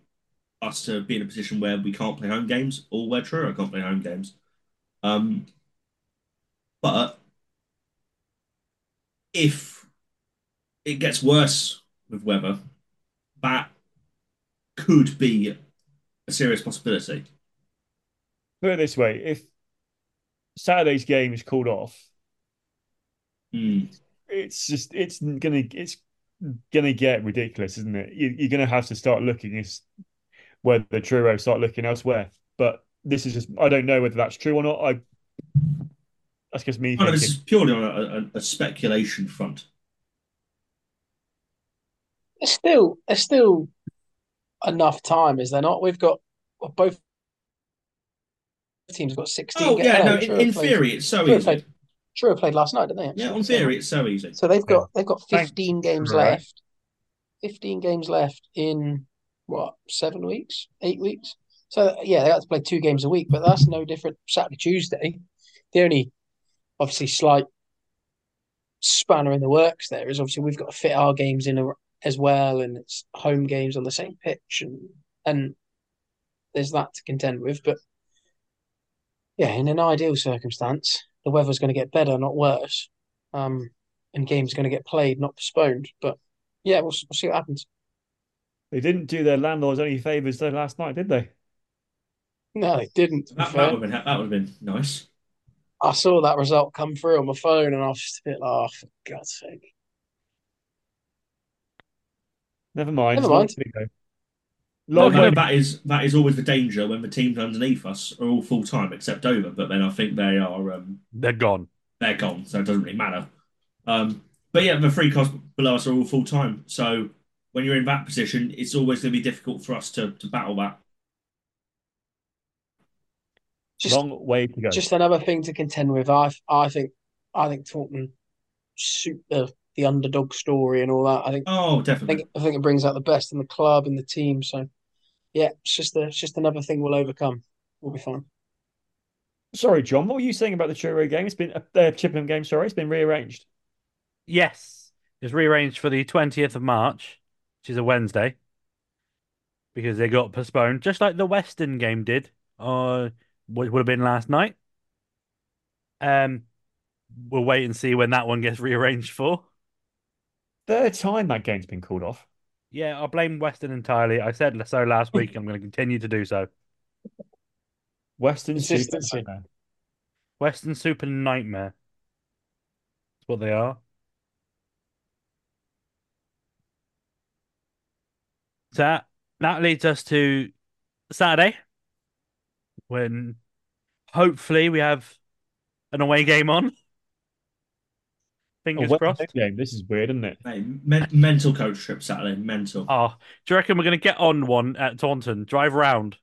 S2: us to be in a position where we can't play home games or where Truro can't play home games. Um, but if it gets worse with weather, that could be a serious possibility.
S3: put it this way. If Saturday's game is called off,
S2: Hmm.
S3: it's just it's gonna it's gonna get ridiculous, isn't it? You, you're gonna have to start looking is whether the Truro start looking elsewhere. But this is just I don't know whether that's true or not. I that's just me.
S2: Oh, no, this
S3: thinking.
S2: is purely on a, a, a speculation front.
S5: There's still there's still enough time, is there not? We've got well, both teams have got sixteen.
S2: Oh,
S5: games.
S2: yeah, no, in,
S5: Truro
S2: in
S5: played-
S2: theory, it's so
S5: Truro
S2: easy.
S5: played, Truro played last night, didn't they?
S2: Yeah,
S5: actually?
S2: on theory, it's so easy.
S5: So they've got they've got
S3: Thanks,
S5: fifteen games
S4: Truro.
S5: left. Fifteen games left in what seven weeks, eight weeks. So yeah, they have to play two games a week, but that's no different Saturday Tuesday. The only obviously slight spanner in the works there is obviously we've got to fit our games in a- as well, and it's home games on the same pitch, and and there's that to contend with. But yeah, in an ideal circumstance, the weather's going to get better, not worse, um, and games are going to get played, not postponed. But yeah, we'll, s- we'll see what happens.
S3: They didn't do their landlords any favors though last night, did they?
S5: No, it didn't. to be
S2: That,
S5: fair.
S2: that would have been, that would have been nice.
S5: I saw that result come through on my phone, and I was just a bit like, oh, for God's sake.
S3: Never mind.
S5: Never mind.
S3: It's not big, though.
S2: No,
S3: Long
S2: no,
S3: way-
S2: that is that is always the danger when the teams underneath us are all full time except Dover, but then I think they are um,
S4: They're gone.
S2: they're gone, so it doesn't really matter. Um, but yeah, the three costs below us are all full time, so when you're in that position, it's always going to be difficult for us to, to battle that.
S5: Just
S3: long way to go.
S5: just another thing to contend with. I I think I think Taunton suit the the underdog story and all that. I think
S2: Oh,
S5: I
S2: definitely.
S5: think I think it brings out the best in the club and the team. So yeah, it's just a, it's just another thing we'll overcome. We'll be fine.
S3: Sorry, John, what were you saying about the Truro game? It's been uh, Chippenham game. Sorry, it's been rearranged.
S4: Yes, it's rearranged for the 20th of March, which is a Wednesday, because they got postponed, just like the Western game did, uh, which would have been last night. Um, we'll wait and see when that one gets rearranged for.
S3: Third time that game's been called off.
S4: Yeah, I blame Western entirely. I said so last week. I'm going to continue to do so.
S3: Western Super.
S5: Consistency.
S3: Nightmare.
S4: Western Super Nightmare. That's what they are. So that, that leads us to Saturday, when hopefully we have an away game on.
S3: A
S4: Fingers
S3: West
S4: crossed.
S3: Ham game. This is weird, isn't it?
S2: Mate, men- mental coach trip Saturday, mental.
S4: Oh, do you reckon we're going to get on one at Taunton, drive round,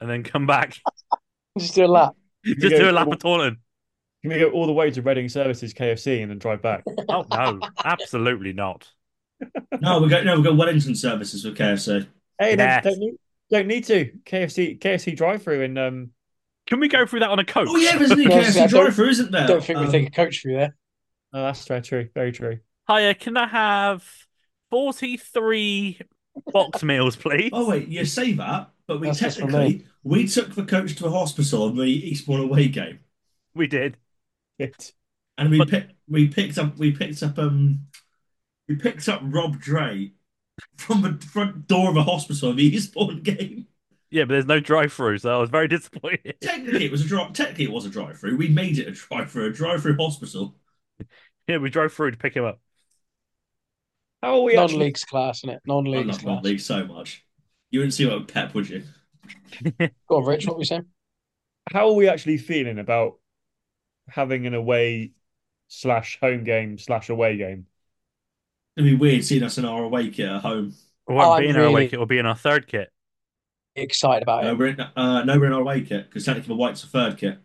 S4: and then come back?
S5: Just do a lap.
S4: Just
S3: go
S4: do a lap
S3: for-
S4: of Taunton.
S3: Can we go all the way to Reading Services KFC and then drive back?
S4: Oh, no, absolutely not.
S2: No, we got no, we got Wellington services with KFC.
S3: Hey,
S4: Yes.
S3: don't, don't need don't need to KFC KFC drive through and um
S4: Can we go through that on a coach?
S2: Oh yeah, there's a new
S5: Yeah, I
S2: KFC
S5: don't-
S2: drive-through, isn't there?
S5: Don't think we
S2: Um,
S5: take a coach through there.
S3: oh, that's very true, very true.
S4: Hiya, can I have 43 box meals, please?
S2: Oh wait, you say that, but we
S5: That's just for
S2: technically we took the coach to the hospital on the Eastbourne away game,
S4: We did.
S3: It,
S2: and we
S4: But-
S2: picked we picked up we picked up um we picked up Rob Dre from the front door of a hospital on the Eastbourne game.
S4: Yeah, but there's no drive through, so I was very disappointed.
S2: Technically, it was a drive. Technically, it was a drive-through. We made it a drive-through, a drive-through hospital.
S4: Yeah, we drove through to pick him up.
S3: how are we
S5: Non
S3: actually?
S5: leagues class, innit?
S2: I
S5: Non-leagues
S2: love
S5: class.
S2: that league so much. You wouldn't see that with Pep, would you?
S5: Go on, Rich. What were you saying?
S3: How are we actually feeling about having an away slash home game slash away game?
S2: It'd be weird seeing us in our away kit at home.
S4: It
S2: Oh,
S4: won't be
S5: I'm
S4: in our away
S5: really-
S4: kit, it'll be in our third kit.
S5: Excited about
S2: No,
S5: it.
S2: we're in, uh, no, we're in our away kit because technically the white's a third kit.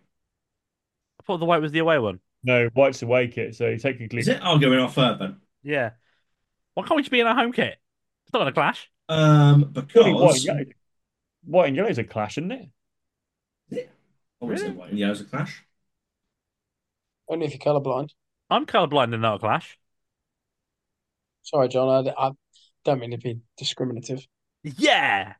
S4: I thought the white was the away one.
S3: No, White's away kit, so technically
S2: Is it? I'll go in our third then.
S4: Yeah. Why can't we just be in our home kit? It's not going to clash.
S2: Um,
S3: surely white, and
S2: because
S3: yellow, white and yellow's a clash, isn't it?
S2: I wouldn't say
S4: Really?
S2: white and yellows a clash.
S5: Only if you're colourblind.
S4: I'm colourblind and not a clash.
S5: Sorry, John. I, I don't mean to be discriminative.
S4: Yeah.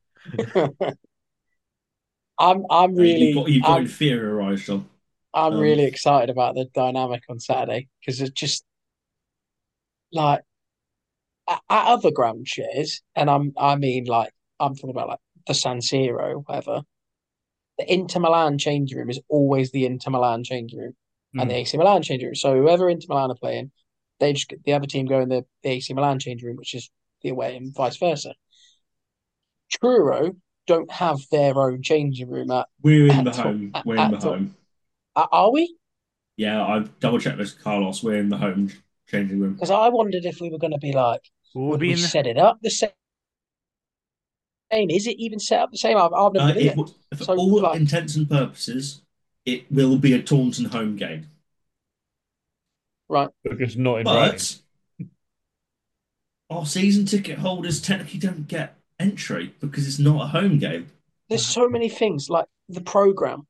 S5: I'm I'm really
S2: you've Uh, got, you've got
S5: I'm,
S2: inferiorised on.
S5: I'm
S2: um,
S5: really excited about the dynamic on Saturday because it's just like at at other ground shares, and I'm I mean like I'm talking about like the San Siro, whatever. The Inter Milan changing room is always the Inter Milan changing room and the AC Milan changing room. So whoever Inter Milan are playing, They just the other team go in the, the AC Milan changing room, which is the away, and vice versa. Truro don't have their own changing room. At,
S2: We're in the
S5: At all.
S2: home. We're in the
S5: At all.
S2: home.
S5: are- are we?
S2: Yeah, I've double checked this, Carlos. We're in the home changing room.
S5: Because I wondered if we were going to be like,
S4: We'll
S5: would
S4: be
S5: we
S4: in the-
S5: set it up the same? Is it even set up the same? I've, I've never
S2: Uh,
S5: been in
S2: it,
S5: it.
S2: w- for
S5: So,
S2: all
S5: like-
S2: intents and purposes, it will be a Taunton home game.
S5: Right.
S3: Because not in writing.
S2: But our season ticket holders technically don't get entry because it's not a home game.
S5: There's so many things like the program,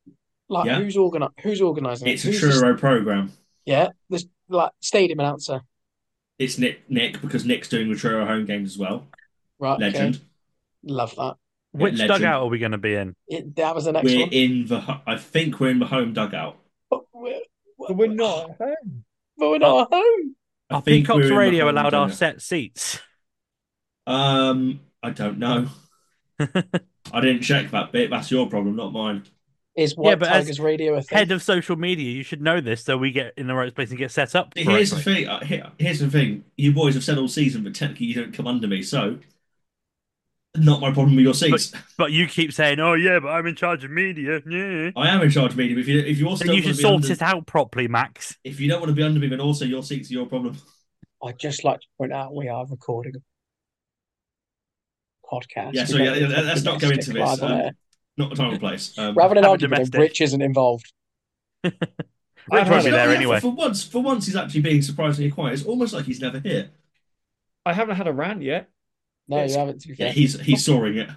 S5: like
S2: Yeah.
S5: who's organi- who's organising it?
S2: It's a
S5: Who's the-
S2: Truro program.
S5: yeah. There's like stadium announcer.
S2: It's Nick, Nick because Nick's doing the Truro home games as well.
S5: Right. Okay.
S2: Legend.
S5: Love that.
S4: Which
S2: Legend.
S4: dugout are we going to be in?
S5: It, that was the next
S2: We're
S5: one.
S2: in the. ho- I think we're in the home dugout.
S5: But we're,
S3: But we're not at home.
S5: But
S2: Oh.
S5: we're not at home.
S2: I
S4: Are
S2: think we're
S4: Peacock's
S2: in the
S4: Radio
S2: home
S4: allowed our
S2: dugout.
S4: set seats?
S2: Um, I don't know. I didn't check that bit. That's your problem, not mine.
S5: Is White
S4: but as
S5: Tigers Radio a thing?
S4: Head of social media, you should know this, so we get in the right place and get set up.
S2: Here's the
S4: correctly.
S2: thing. uh, here- Here's the thing. You boys have said all season, but technically you don't come under me, so not my problem with your seats.
S4: But you keep saying, "Oh yeah, but I'm in charge of media." Yeah.
S2: I am in charge of media. but If you if you also
S4: Then you
S2: don't want
S4: should
S2: to be
S4: sort
S2: under,
S4: it out properly, Max.
S2: if you don't want to be under me, then also your seats are your problem.
S5: I'd just like to point out we are recording a podcast.
S2: Yeah,
S5: We
S2: so
S5: don't
S2: yeah,
S5: really
S2: let- let's
S5: fucking
S2: not go into
S5: stick
S2: this,
S5: live on
S2: um,
S5: air.
S2: Not the time or place. Um,
S5: Rather than
S4: Have a
S5: arguing,
S4: domestic.
S5: Rich isn't involved.
S4: Rich
S3: I've
S4: won't be
S3: had-
S4: there
S2: yeah,
S4: anyway.
S2: For, for once, for once, he's actually being surprisingly quiet. It's almost like he's never here.
S3: I haven't had a rant yet.
S5: No,
S3: Yes.
S5: you haven't. To be
S2: Yeah,
S5: fair.
S2: he's he's soaring it.
S5: And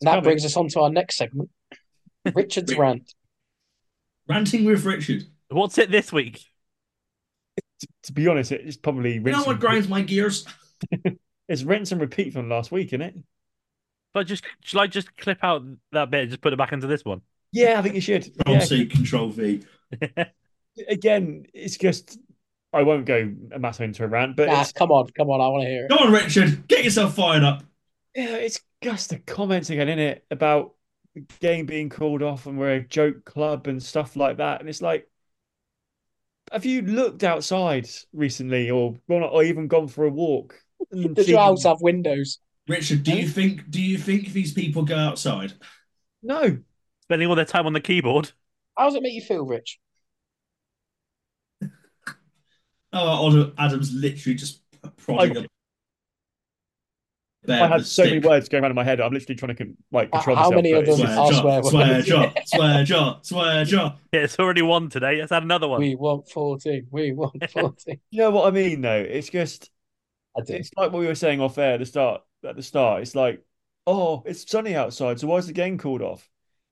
S5: that
S3: coming.
S5: brings us on to our next segment. Richard's
S2: Rich-
S5: rant.
S2: Ranting with Richard.
S4: What's it this week?
S3: T- to be honest, it's probably
S2: You
S3: rinse
S2: know what
S3: and-
S2: grinds my gears?
S3: it's rinse and repeat from last week, isn't it?
S4: But just shall I just clip out that bit and just put it back into this one?
S3: Yeah, I think you should.
S2: Control C, Control V.
S3: Again, it's just I won't go a massive into a rant, but
S5: Nah,
S3: it's,
S5: come on, come on. I want to hear it.
S2: Go on, Richard, get yourself fired up.
S3: yeah, it's just the comments again in it about the game being called off and we're a joke club and stuff like that, and it's like. Have you looked outside recently, or well, not, or even gone for a walk? and
S5: The
S3: seen-
S5: droughts have windows.
S2: Richard, do you think do you think these people go outside?
S3: No,
S4: Spending all their time on the keyboard.
S5: How does it make you feel, Rich?
S2: Oh, Adam- Adam's literally just prodding a bear
S3: I had
S2: with a
S3: so many
S2: stick.
S3: words going around in my head. I'm literally trying to con- like
S5: Uh,
S3: control
S5: how
S3: myself.
S5: many
S3: but
S5: of
S3: it's
S5: them
S3: just-
S5: are-
S2: Swear jar,
S5: swear
S2: swear
S5: words.
S2: jar, swear jar, swear jar.
S4: Yeah, it's already one today. Let's add another one.
S5: We want 14. We want 14.
S3: You know what I mean, though. It's just
S5: I do.
S3: it's like what we were saying off air at the start. At the start, it's like, oh, it's sunny outside, so why is the game called off?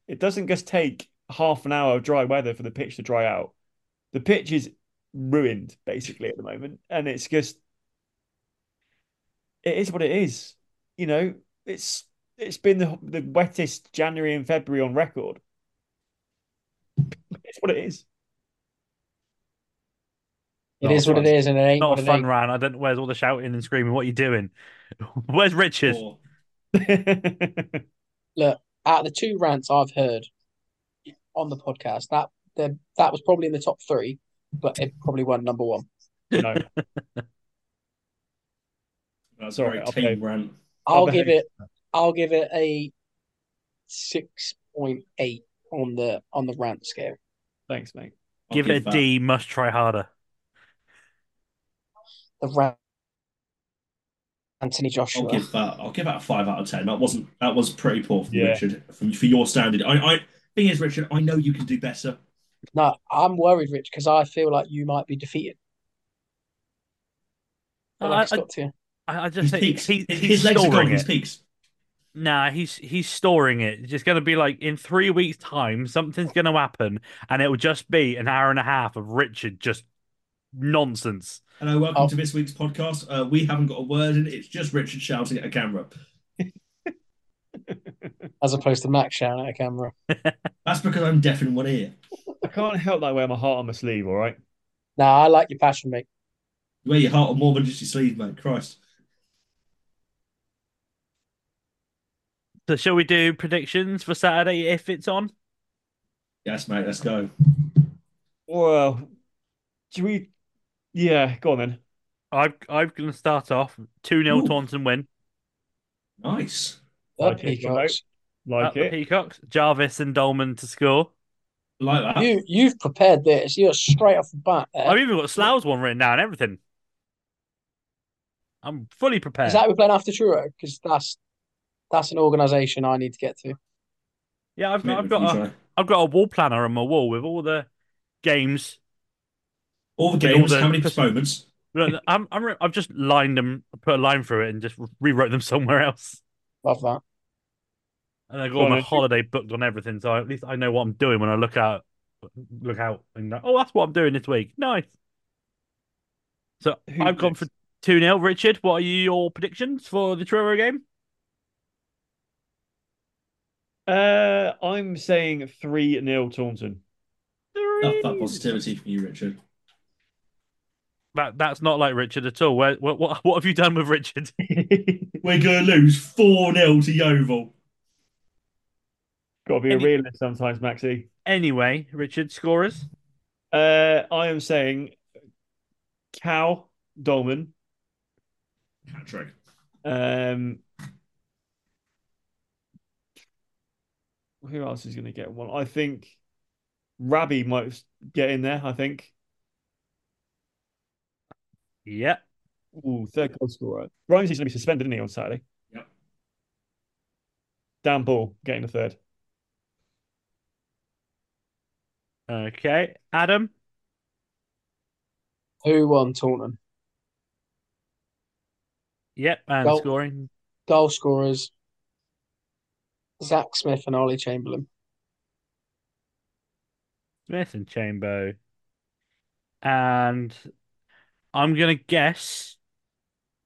S3: It doesn't just take half an hour of dry weather for the pitch to dry out. The pitch is ruined basically at the moment, and it's just it is what it is. You know, it's it's been the the wettest January and February on record. It's what it is.
S5: It is
S4: Not
S5: what it
S4: fun.
S5: is, and it ain't
S4: Not
S5: what
S4: a
S5: it
S4: fun
S5: ain't.
S4: round. I don't. Where's all the shouting and screaming? What are you doing? Where's Richard?
S2: Or
S5: Out of the two rants I've heard on the podcast, that the, that was probably in the top three, but it probably weren't number one.
S3: no.
S2: that's a
S3: Sorry,
S2: very
S3: okay.
S2: tame uh, rant.
S5: I'll
S3: I'll
S5: give
S3: behave.
S5: it. I'll give it a six point eight on the on the rant scale.
S3: Thanks, mate.
S2: I'll
S4: Give it a
S2: that.
S4: D. Must try harder.
S5: The rant. Anthony Joshua.
S2: I'll give that. I'll give that a five out of ten. That wasn't. That was pretty poor from
S3: Yeah.
S2: Richard from, for your standard. I, I thing is, Richard, I know you can do better.
S5: No, I'm worried, Rich, because I feel like you might be defeated. I feel
S4: I-
S5: like it's
S4: I-
S5: got to you.
S4: I, I
S2: His
S4: just think
S2: peaks.
S4: he,
S2: his,
S4: he's
S2: his legs are gone.
S4: storing
S2: His
S4: it.
S2: peaks.
S4: Nah, he's he's storing it. It's just gonna be like in three weeks' time, something's gonna happen, and it'll just be an hour and a half of Richard just nonsense.
S2: Hello, welcome
S5: Oh.
S2: to this week's podcast. Uh, we haven't got a word in it. It's just Richard shouting at a camera.
S5: as opposed to Max shouting at a camera.
S2: That's because I'm deaf in one ear.
S3: I can't help that I wear my heart on my sleeve, all right?
S5: No, I like your passion, mate.
S2: You wear your heart on more than just your sleeve, mate. Christ.
S4: So shall we do predictions for Saturday if it's on?
S2: Yes, mate. Let's go.
S3: Well, do we? Yeah, go on then.
S4: I've I'm gonna start off two 0
S2: Ooh.
S4: Taunton win.
S2: Nice.
S5: That
S3: Okay,
S5: peacocks.
S3: Like
S4: at the
S3: it.
S4: Peacocks, Jarvis and Dolman to score.
S2: Like that.
S5: You you've prepared this. You're straight off the bat. There.
S4: I've even got Slough's one written down. Everything. I'm fully prepared.
S5: Is that we're playing after Truro? Because that's that's an organisation I need to get to.
S4: Yeah, I've got,
S2: Commitment
S4: I've got,
S2: from
S4: a,
S2: you, Ty.
S4: I've got a wall planner on my wall with all the games.
S2: all the
S4: with all
S2: games,
S4: the-
S2: how many postponements?
S4: Look, I'm, I'm, re- I've just lined them, put a line through it, and just rewrote them somewhere else.
S5: Love that.
S4: And I got all my
S3: Honestly.
S4: holiday booked on everything, so at least I know what I'm doing when I look out, look out, and go, oh, that's what I'm doing this week. Nice. So
S3: Who
S4: I've gone
S3: picks?
S4: for two 0 Richard, what are your predictions for the Truro game?
S3: Uh, I'm saying three 0 Taunton.
S2: Love that positivity from you, Richard.
S4: That that's not like Richard at all. Where, what, what what have you done with Richard?
S3: Got
S2: We're going to lose 4 0 to Yeovil.
S3: to be a
S4: Any-
S3: realist sometimes, Maxi.
S4: anyway, Richard scorers.
S3: Uh, I am saying Cow Dolman.
S2: Patrick.
S3: Um, who else is going to get one? I think Rabbi might get in there. I think.
S4: Yeah.
S3: Ooh, third goal scorer. Rhymes is going to be suspended, isn't he, on Saturday?
S2: Yep.
S3: Dan Ball getting the third.
S4: Okay, Adam.
S5: Who won Taunton?
S4: Yep, and
S5: Well-
S4: scoring.
S5: Goal scorers. Zach Smith and Ollie Chamberlain.
S4: Smith and Chambo. And I'm gonna guess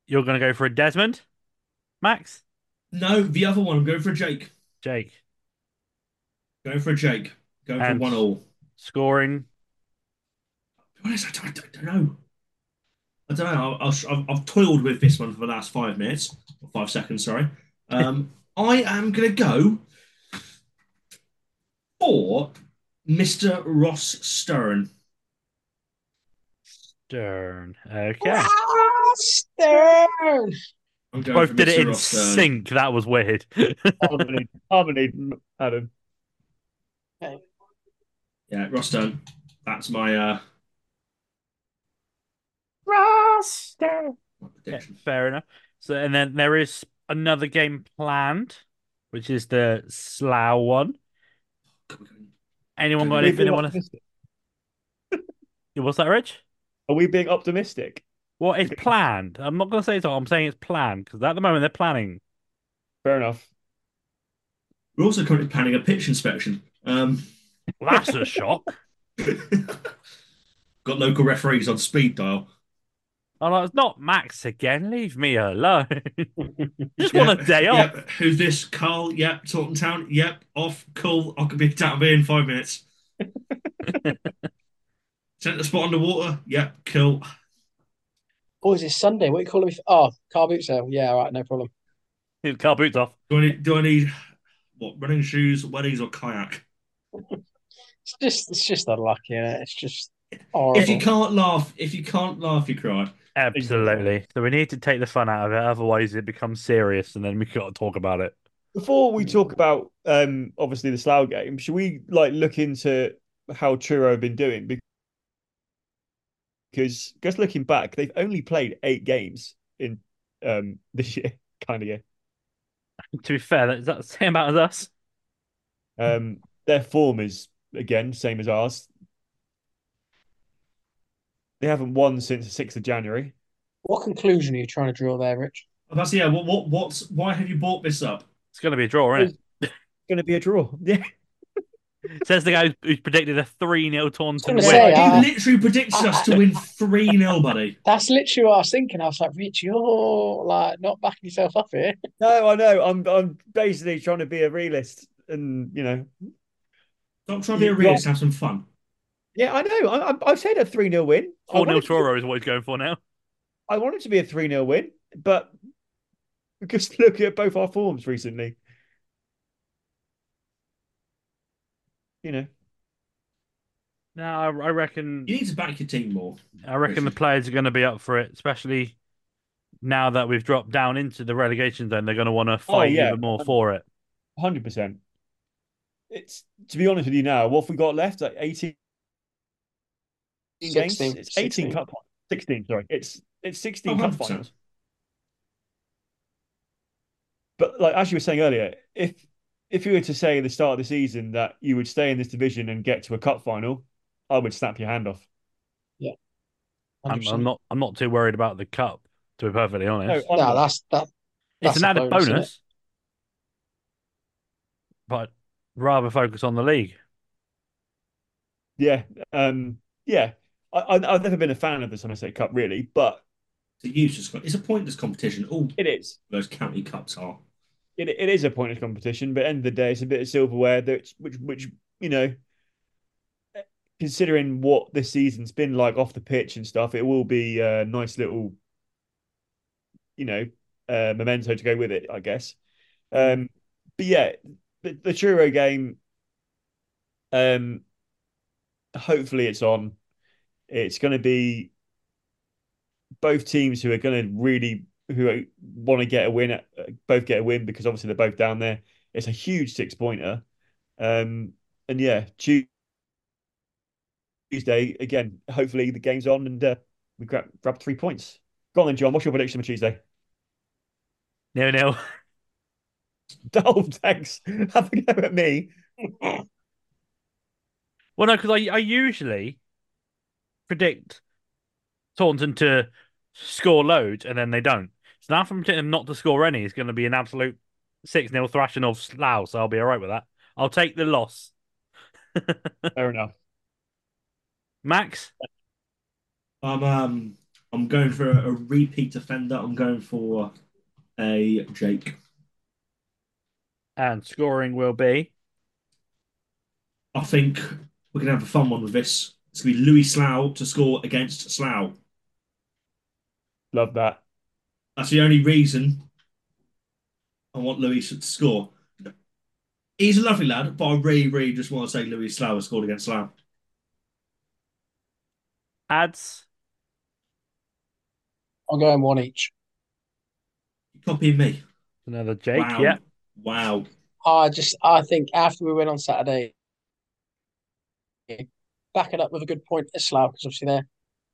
S4: you're gonna go for a Desmond, Max,
S2: No, the other one. I'm going for a Jake.
S4: Jake.
S2: Going for a Jake. Going for
S4: And-
S2: one all.
S4: Scoring.
S2: To be honest, I don't, I don't know. I don't know. I'll, I'll, I've, I've toiled with this one for the last five minutes, or five seconds, sorry. Um, I am going to go for Mr. Ross Stern.
S4: Stern. Okay.
S5: Ah, Stern!
S2: I'm going for
S4: Both did
S2: Mr.
S4: it in
S2: Ross Stern.
S4: sync. That was weird.
S3: Harmony, harmony, Adam.
S2: Yeah, Ross Stern. That's my uh, my
S4: Yeah,
S2: prediction.
S4: fair enough. So and then there is another game planned, which is the Slough one. Anyone
S2: Are
S4: got
S2: we
S4: anything
S3: being
S4: they want
S3: optimistic?
S4: to what's that, Rich?
S3: Are we being optimistic?
S4: Well, it's planned. I'm not going to say it's. all, I'm saying it's planned because at the moment they're planning.
S3: Fair enough.
S2: We're also currently planning a pitch inspection. Um,
S4: That's a shock.
S2: got local referees on speed dial.
S4: I'm like, it's not Max again. Leave me alone. Just
S2: Yeah.
S4: want a day off.
S2: Yep. Who's this? Carl. Yep. Taunton Town. Yep. Off. Cool. I could be down here in five minutes. Centre spot underwater. Yep. Cool.
S5: Oh, is it Sunday? What are you calling me for? Oh, car boot sale. Yeah, all right, no problem.
S4: His car boots off.
S2: Do I need? Do I need what? Running shoes, weddings, or kayak?
S5: It's just it's just unlucky, innit? It's just
S2: If you
S5: horrible.
S2: can't laugh, if you can't laugh, you cry.
S4: Absolutely. So we need to take the fun out of it. Otherwise, it becomes serious, and then we got to talk about it.
S3: Before
S2: Hmm.
S3: we talk about um obviously the Slough game, should we like look into how Truro have been doing? Be- Because just looking back, they've only played eight games in um this year, kind of year.
S4: To be fair, that- is that the same about as us?
S3: Um, their form is again same as ours. They haven't won since the sixth of January.
S5: What conclusion are you trying to draw there, Rich?
S2: Oh, That's yeah. What? What? What's? Why have you bought this up?
S4: It's going to be a draw, isn't
S3: Going to be a draw. Yeah.
S4: it? Says the guy who's, who's predicted a 3 0 Taunton
S5: I
S4: win.
S5: was gonna say, uh,
S2: you literally predicted us to win three 0 buddy.
S5: That's literally what I was thinking. I was like, Rich, you're like not backing yourself up here.
S3: No, I know. I'm I'm basically trying to be a realist, and you know,
S2: Stop trying to be a
S3: Yeah.
S2: realist. Have some fun.
S3: yeah, I know. I, I, I've said a three 0 win. I
S4: 4 0
S3: wanted to-
S4: Truro is what he's going for now.
S3: I want it to be a three 0 win, but just look at both our forms recently. You know,
S4: No, I, I reckon.
S2: You need to back your team more.
S4: I reckon the players are going to be up for it, especially now that we've dropped down into the relegation zone. They're going to want to fight
S3: yeah.
S4: even more for it.
S3: Hundred percent. It's to be honest with you now. What have we got left? Like eighteen games.
S5: 16,
S3: It's eighteen
S5: 16.
S3: cup. fi- Sixteen. Sorry. It's it's sixteen
S2: Oh,
S3: cup
S2: 100%.
S3: finals. But like as you were saying earlier, if if you were to say at the start of the season that you would stay in this division and get to a cup final, I would snap your hand off.
S4: I'm,
S5: 100%.
S4: I'm not. I'm not too worried about the cup. To be perfectly
S3: No,
S4: honest,
S3: I'm
S5: No,
S3: not.
S5: that's that.
S4: it's
S5: that's
S4: an
S5: a
S4: added
S5: bonus,
S4: bonus,
S5: isn't it?
S4: but rather focus on the league.
S3: Yeah, um, yeah. I, I, I've never been a fan of the Somerset Cup really, but
S2: It's a useless. co- It's a pointless competition. All
S3: it is.
S2: those county cups are.
S3: It, it is a pointless competition, but at the end of the day, it's a bit of silverware that which which you know, considering what this season's been like off the pitch and stuff, it will be a nice little, you know, uh, memento to go with it, I guess. Um, but yeah, the, the Truro game. Um, hopefully it's on. It's going to be both teams who are going to really who want to get a win. uh, Both get a win because obviously they're both down there. It's a huge six pointer, um, and yeah, Tu- Tuesday again. Hopefully the game's on and uh, we grab grab three points. Go on then, John. What's your prediction for Tuesday?
S4: No, no.
S3: Oh, thanks. Have a go at me.
S4: Well, no, because I, I usually predict Taunton to score loads and then they don't. So now from predicting them not to score any is going to be an absolute 6 0 thrashing of Slough. So I'll be all right with that. I'll take the loss.
S3: Fair enough.
S4: Max?
S2: I'm um I'm going for a, a repeat offender. I'm going for a Jake.
S4: And scoring will be.
S2: I think we're gonna have a fun one with this. It's gonna be Louis Slough to score against Slough.
S3: Love that.
S2: That's the only reason I want Louis to score. He's a lovely lad, but I really, really just want to say Louis Slough has scored against Slough.
S4: Ads?
S5: I'm going one each.
S2: You copying me?
S4: Another Jake.
S2: wow.
S4: Yeah.
S2: Wow.
S5: I just I think after we win on Saturday, back it up with a good point at Slough because obviously they're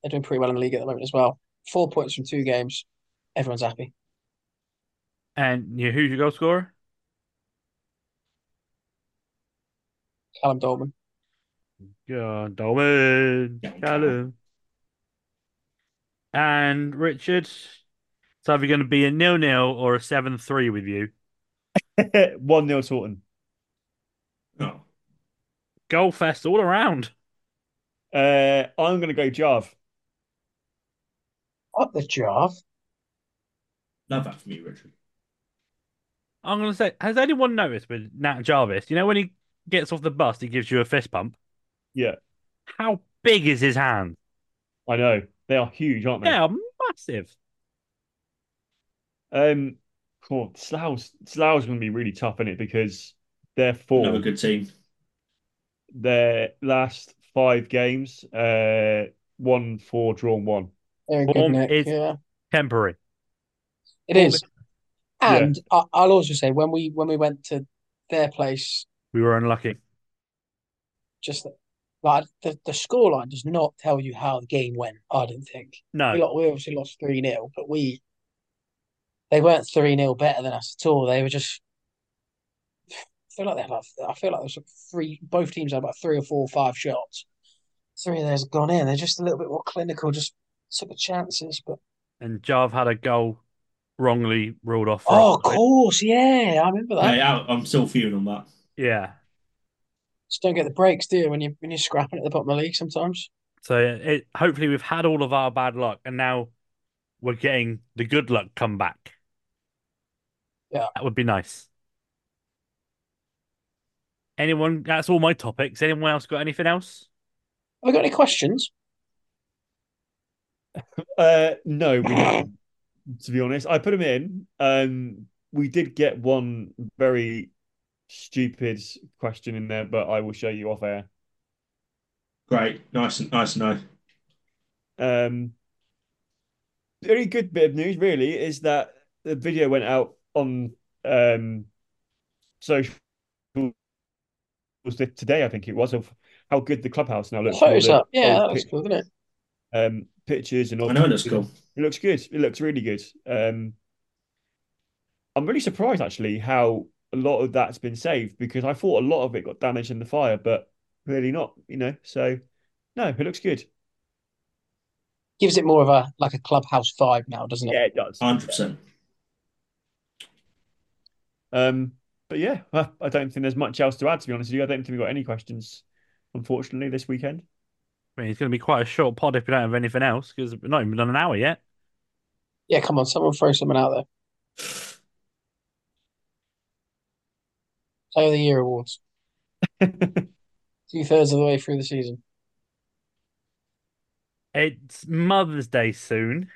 S5: they're doing pretty well in the league at the moment as well. Four points from two games, everyone's happy.
S4: And you, who's your goal scorer?
S5: Callum Dolman,
S4: God, Dolman.
S2: Yeah.
S4: Callum. And Richard? So are you going to be a nil nil or a 7 3 with you?
S3: One 0 Taunton.
S2: Oh.
S4: Goal fest all around.
S3: Uh, I'm going to go Jarve.
S5: up the Jarve.
S2: Love that for me, Richard.
S4: I'm gonna say, has anyone noticed with Nat Jarvis? You know when he gets off the bus, he gives you a fist pump.
S3: Yeah.
S4: How big is his hand?
S3: I know they are huge, aren't they?
S4: They are massive.
S3: Um, cool. Slough's Slough's going to be really tough in it because they're
S2: Another
S3: four.
S2: good team.
S3: Their last five games, uh, one four, drawn one.
S5: They're in good
S4: Form
S5: nick.
S4: is-
S5: Yeah,
S4: Temporary.
S5: it is. And I, I'll also say when we when we went to their place,
S4: We were unlucky.
S5: just like the the scoreline does not tell you how the game went. I don't think we
S4: No.
S5: lot we obviously lost three 0 but we they weren't three 0 better than us at all. They were just. I feel like they had like I feel like there was like three. Both teams had about three or four, or five shots. Three of those gone in. They're just a little bit more clinical. Just took the chances, but
S4: And Jarv had a goal wrongly ruled off. for
S5: oh, of
S4: offside.
S5: course, yeah, I remember that.
S2: Yeah, I'm still fuming on that.
S4: Yeah.
S5: Just don't get the breaks, do you? When you when you're scrapping at the bottom of the league, sometimes.
S4: So it, hopefully we've had all of our bad luck, and now we're getting the good luck come back.
S5: Yeah.
S4: That would be nice. Anyone? That's all my topics. Anyone else got anything else?
S5: Have we got any questions?
S3: Uh, no, we didn't, to be honest, I put them in. Um, we did get one very stupid question in there, but I will show you off air.
S2: Great. Nice and nice and nice.
S3: Um, the only good bit of news really is that the video went out on um, social was the- today, I think it was, of how good the clubhouse now looks. with all
S5: Photos
S3: the
S5: up. Yeah,
S3: old
S5: that looks
S3: pic-
S5: cool, didn't it?
S3: um, pictures and all.
S2: I know it looks cool.
S3: It looks good. It looks really good. Um, I'm really surprised actually how a lot of that's been saved because I thought a lot of it got damaged in the fire, but really not. You know, so no, it looks good.
S5: Gives it more of a like a clubhouse vibe now, doesn't it?
S3: Yeah, it does.
S2: Hundred percent.
S3: Um, but yeah, I I don't think there's much else to add. To be honest with you, I don't think we got any questions. Unfortunately, this weekend.
S4: I mean, it's going to be quite a short pod if we don't have anything else because we've not even done an hour yet.
S5: Yeah. come on, someone throw someone out there. Player of the Year awards. Two thirds of the way through the season.
S4: It's Mother's Day soon.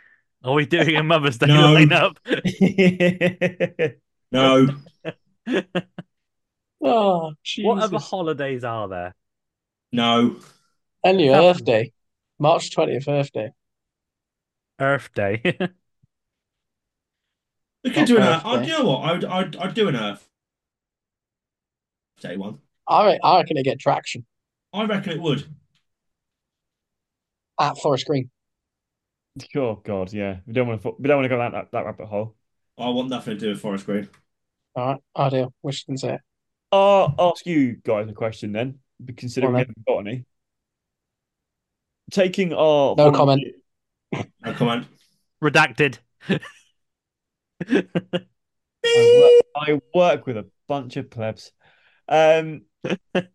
S4: Are we doing a Mother's Day
S2: No.
S4: lineup?
S2: No.
S5: Oh,
S4: What other
S5: Jesus.
S4: holidays are there?
S2: No.
S5: And your
S4: Nothing.
S5: Earth Day, March 20th, Earth Day.
S4: Earth Day.
S2: We could
S5: Not
S2: do an
S5: Earth
S2: Earth. I'd
S5: Day.
S2: you know what? I'd I'd I'd do an Earth Day one.
S5: I, re- I reckon they get traction
S2: I reckon it would.
S5: at Forest Green.
S3: oh God, yeah. We don't want to. We don't want to go down that, that rabbit hole.
S2: I want nothing to do with Forest Green.
S5: All right, ideal. Wish you can say it.
S3: I'll Uh, ask you guys a question then, considering
S5: Go
S3: we
S5: on
S3: haven't got any. Taking our
S5: No
S3: volunteer-
S5: comment.
S2: No comment.
S4: Redacted.
S3: I work, I work with a bunch of plebs. Um,
S2: I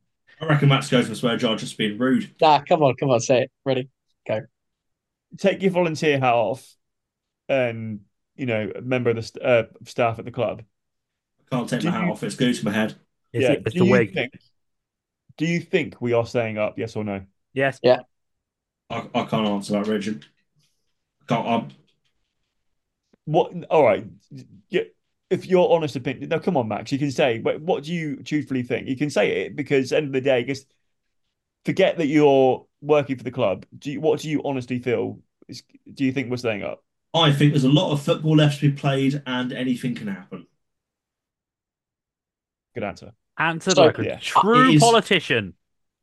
S2: reckon Max goes for a swear jar just being rude.
S5: Nah, come on, come on, say it. Ready?
S3: take your volunteer hat off, and you know, a member of the st- uh, staff at the club.
S2: I can't take
S3: Do
S2: my hat
S3: you-
S2: off. It's glued to my head.
S4: It's,
S3: yeah.
S4: it's
S3: do
S4: the
S3: you
S4: wig.
S3: Think, do you think we are staying up? Yes or no?
S4: Yes.
S2: I, I can't answer that, Richard. I can't. I'm,
S3: What? All right. Yeah, if your honest opinion, no, come on, Max. You can say what, what do you truthfully think. You can say it because end of the day, just forget that you're working for the club. Do you, what do you honestly feel? Is, do you think we're staying up?
S2: I think there's a lot of football left to be played, and anything can happen.
S3: Good answer.
S4: Answered
S5: So-
S4: like a
S3: Yeah.
S4: true
S2: It is-
S4: politician.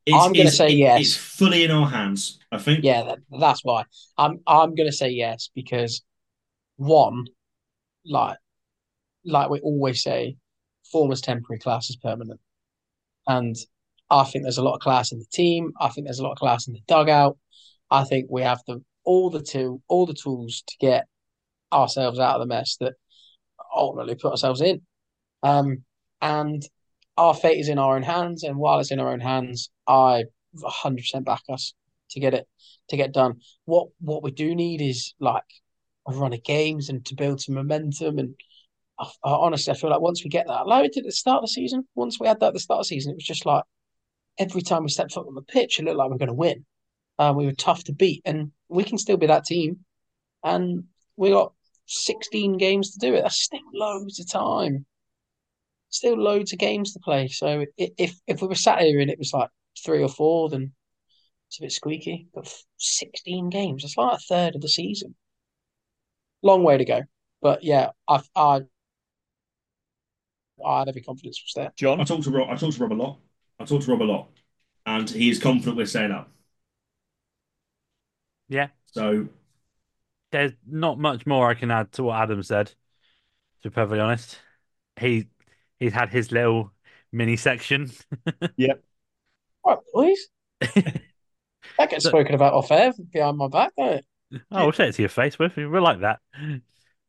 S2: It's,
S5: I'm gonna
S2: it's-
S5: say
S2: it-
S5: yes.
S2: It's fully in our hands. I think.
S5: Yeah, that, that's why. I'm I'm gonna say yes because one, like like we always say, form is temporary, class is permanent. And I think there's a lot of class in the team. I think there's a lot of class in the dugout. I think we have the all the two all the tools to get ourselves out of the mess that ultimately put ourselves in. Um, and our fate is in our own hands. And while it's in our own hands, I 100% back us to get it to get done. What what we do need is like a run of games and to build some momentum. And I, I honestly, I feel like once we get that, like we did at the start of the season, once we had that at the start of the season, it was just like every time we stepped foot on the pitch, it looked like we were going to win. Um, we were tough to beat, and we can still be that team. And we got 16 games to do it. That's still loads of time still loads of games to play. So i- if if we were sat here and it was like three or four, then it's a bit squeaky. But f- sixteen games, that's like a third of the season. Long way to go. But yeah, I I I had every confidence was there.
S3: John,
S2: I talked to Rob. I talked to Rob a lot. I talked to Rob a lot, and he is confident we're staying up.
S4: Yeah.
S2: So
S4: There's not much more I can add to what Adam said, to be perfectly honest. He he's had his little mini section.
S5: Right, boys. that gets
S4: So-
S5: spoken about off air behind my back, don't it?
S4: Oh, we'll say it to your face, Wolf. We're like that.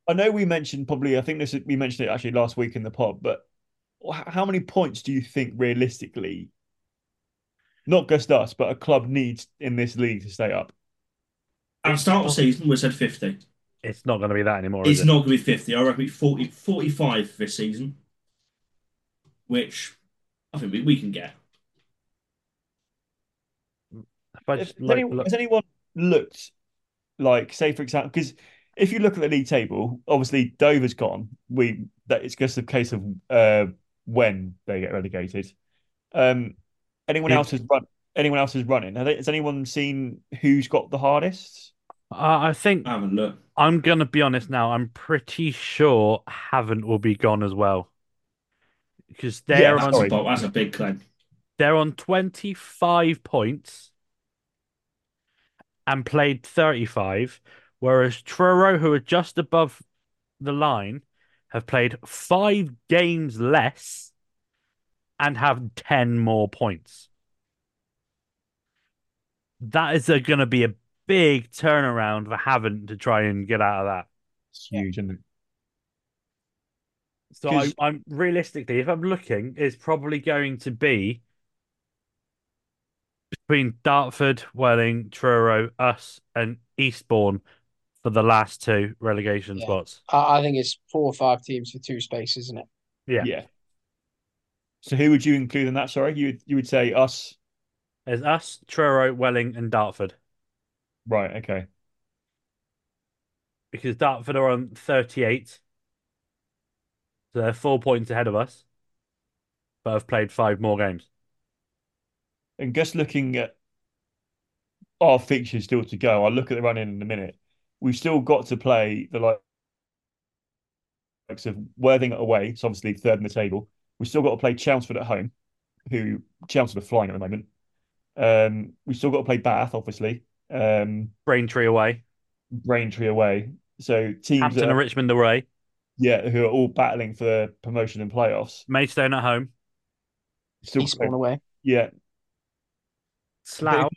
S3: I know we mentioned probably. I think this we mentioned it actually last week in the pod. But h- how many points do you think realistically, not just us, but a club needs in this league to stay up?
S2: at the start of the season, we said 50.
S4: It's not going to be that anymore.
S2: It's
S4: is it?
S2: not going to be 50. I reckon it's 40, 45 this season, which I think we, we can get.
S4: If I
S3: If-
S4: just
S3: has,
S4: look-
S3: anyone,
S4: look-
S3: has anyone looked like, say, for example, because if you look at the league table, obviously Dover's gone. We that it's just a case of uh, when they get relegated. Um, anyone
S4: Yeah.
S3: else has run? anyone else is running. Have they- has anyone seen who's got the hardest?
S4: Uh, I think
S2: I haven't looked.
S4: I'm gonna be honest now. I'm pretty sure Haven't will be gone as well because
S3: Yeah,
S4: they're
S2: That's
S4: on
S2: a, bo- that's a big claim.
S4: they're on 25 points and played 35, whereas Truro, who are just above the line, have played five games less and have 10 more points. That is going to be a big turnaround for Haven't to try and get out of that.
S3: It's huge, isn't it?
S4: So I,
S3: 'Cause-
S4: I'm realistically, if I'm looking, it's probably going to be between Dartford, Welling, Truro, us, and Eastbourne for the last two relegation
S5: Yeah.
S4: spots.
S5: I, I think it's four or five teams for two spaces, isn't it?
S4: Yeah.
S3: So who would you include in that? Sorry, you would- you would say us.
S4: There's us, Truro, Welling, and Dartford.
S3: Right. Okay.
S4: Because Dartford are on 38. So they're four points ahead of us. But have played five more games.
S3: And just looking at our fixtures still to go, I'll look at the run in in a minute. We've still got to play the like- likes of Worthing away, so obviously third in the table. We've still got to play Chelmsford at home, who Chelmsford are flying at the moment. Um, we've still got to play Bath, obviously. Um,
S4: Braintree away.
S3: Braintree away. So teams
S4: Hampton
S3: that
S4: and
S3: are,
S4: Richmond away.
S3: yeah, who are all battling for promotion and playoffs.
S4: Maidstone at home.
S3: Still,
S5: Eastbourne away.
S3: yeah.
S4: Slough.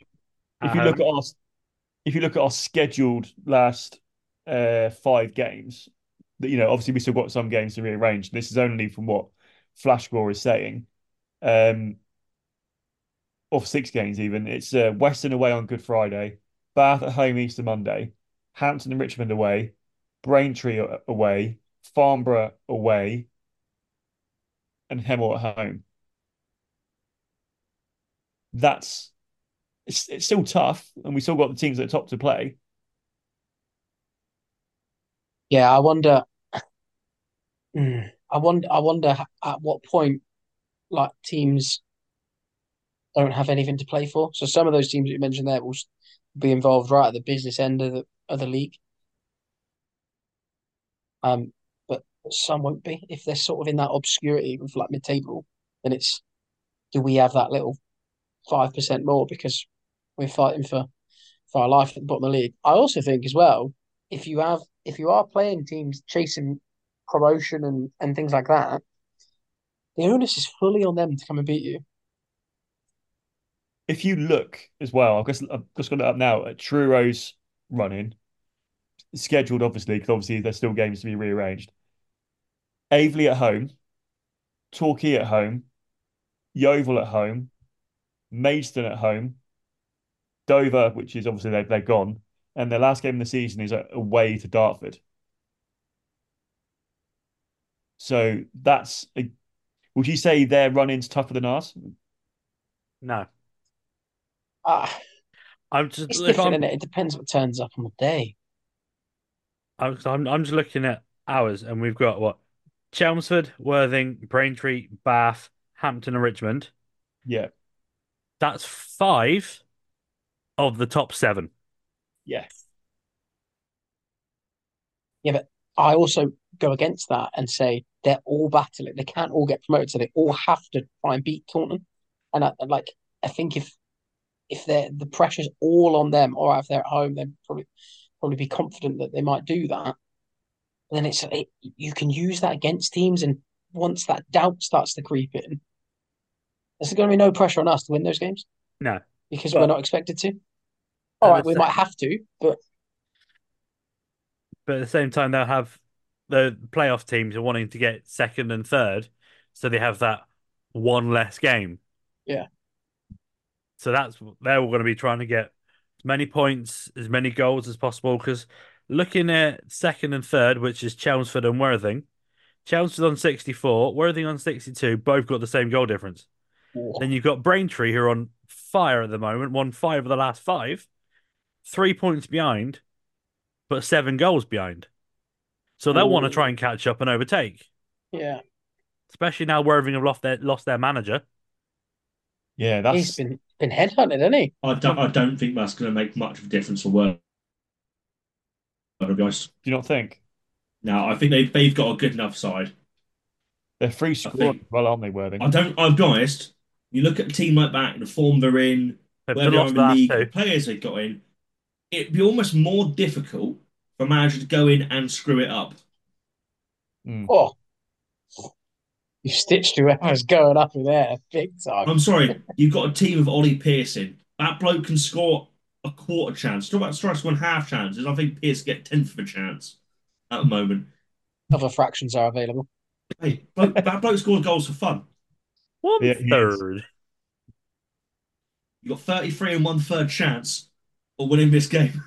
S3: if you
S4: at
S3: look
S4: home.
S3: at our if you look at our scheduled last uh five games that you know obviously we still got some games to rearrange this is only from what flash Gore is saying um of six games even it's uh, western away on good friday bath at home easter monday hampton and richmond away braintree a- away farnborough away and hemel at home that's it's, it's still tough, and we still got the teams at the top to play.
S5: Yeah, I wonder. Mm, I wonder. I wonder h- at what point, like teams, don't have anything to play for. So some of those teams that you mentioned there will s- be involved right at the business end of the of the league. Um, but some won't be if they're sort of in that obscurity with like mid table. Then it's do we have that little five percent more because we're fighting for for our life at the bottom of the league. I also think as well if you have if you are playing teams chasing promotion and and things like that, the onus is fully on them to come and beat you.
S3: If you look as well, I've just, I've just got it up now at Truro's running, scheduled obviously, because obviously there's still games to be rearranged. Avely at home, Torquay at home, Yeovil at home, Maidstone at home, Dover, which is obviously they're, they're gone, and their last game of the season is a- away to Dartford. So that's a, would you say their run-in's tougher than ours?
S4: No.
S5: Ah,
S4: I'm just
S5: it's
S4: if
S5: different,
S4: I'm-
S5: and it? It depends what turns up on the day.
S4: I was- I'm I'm just looking at ours, and we've got what Chelmsford, Worthing, Braintree, Bath, Hampton, and Richmond.
S3: Yeah,
S4: That's five of the top seven.
S3: yeah.
S5: I also go against that and say they're all battling. They can't all get promoted, so they all have to try and beat Taunton. And I, and, like, I think if if they're the pressure's all on them, or if they're at home, they'd probably probably be confident that they might do that. then it's it, you can use that against teams, and once that doubt starts to creep in, there's going to be no pressure on us to win those games.
S4: No.
S5: because
S3: But-
S5: we're not expected to. All right,
S4: the
S5: we
S4: same-
S5: might have to, but
S4: But at the same time, they'll have the playoff teams are wanting to get second and third, so they have that one less game.
S5: Yeah.
S4: So that's they're all going to be trying to get as many points, as many goals as possible. Because looking at second and third, which is Chelmsford and Worthing, Chelmsford on sixty four, Worthing on sixty two, both got the same goal difference. Then you've got Braintree, who are on fire at the moment, won five of the last five, three points behind, but seven goals behind. So they'll want to
S5: Ooh.
S4: try and catch up and overtake,
S5: yeah,
S4: especially now Worthing have lost their lost their manager.
S3: Yeah,
S5: he's
S3: that's
S5: been been headhunted, hasn't he?
S2: I don't, I don't think that's going to make much of a difference or work. I'll be honest.
S3: Do you not think
S2: No, I think they, they've got a good enough side.
S3: they're free squad?
S2: think-
S3: Well, aren't they, Worthing?
S2: I don't. I'll be honest. You look at a team like that, the form they're in,
S4: They've
S2: where they are
S4: lost
S2: in the
S4: that
S2: league,
S4: too.
S2: the players they've got in. It'd be almost more difficult for a manager to go in and screw it up.
S5: Oh, you stitched whoever's going up in there big time.
S2: I'm sorry, you've got a team of Ollie Pearson. That bloke can score a quarter chance. Talk about strikes one half chances. I think Pearson get tenth of a chance at the moment.
S5: Other fractions are available.
S2: Hey, bloke, that bloke scored goals for fun.
S4: One
S3: Yeah, he is.
S4: third.
S2: You've got 33 and one third chance of winning this game.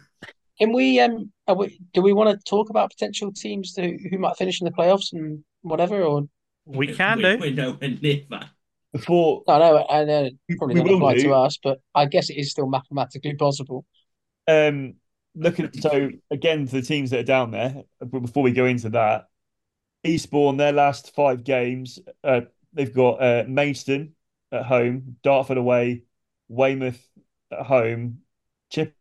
S5: Can we? Um, are we, do we want to talk about potential teams who, who might finish in the playoffs and whatever? Or
S4: We can
S2: We're-
S4: do.
S2: We're nowhere near that.
S3: Before
S5: I know, I know, it
S3: We-
S5: probably
S3: we
S5: doesn't
S3: will
S5: apply
S3: do.
S5: to us, but I guess it is still mathematically possible.
S3: um, look at so again to the teams that are down there. But before we go into that, Eastbourne their last five games, uh, they've got uh, Maidstone at home, Dartford away, Weymouth at home, Chip.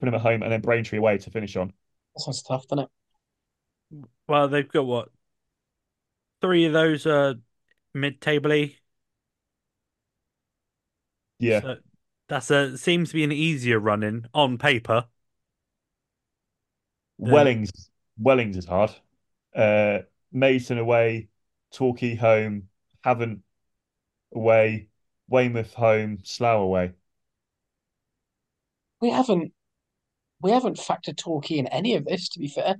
S3: Put at home and then Braintree away to finish on.
S5: That sounds tough, doesn't it?
S4: Well, they've got what? Three of those are mid table
S3: Yeah,
S4: So that's a seems to be an easier run in on paper. then-
S3: Wellings, Wellings is hard. Uh, Maidstone away, Torquay home, Havant away, Weymouth home, Slough away.
S5: We haven't, we haven't factored Torquay in any of this. To be fair,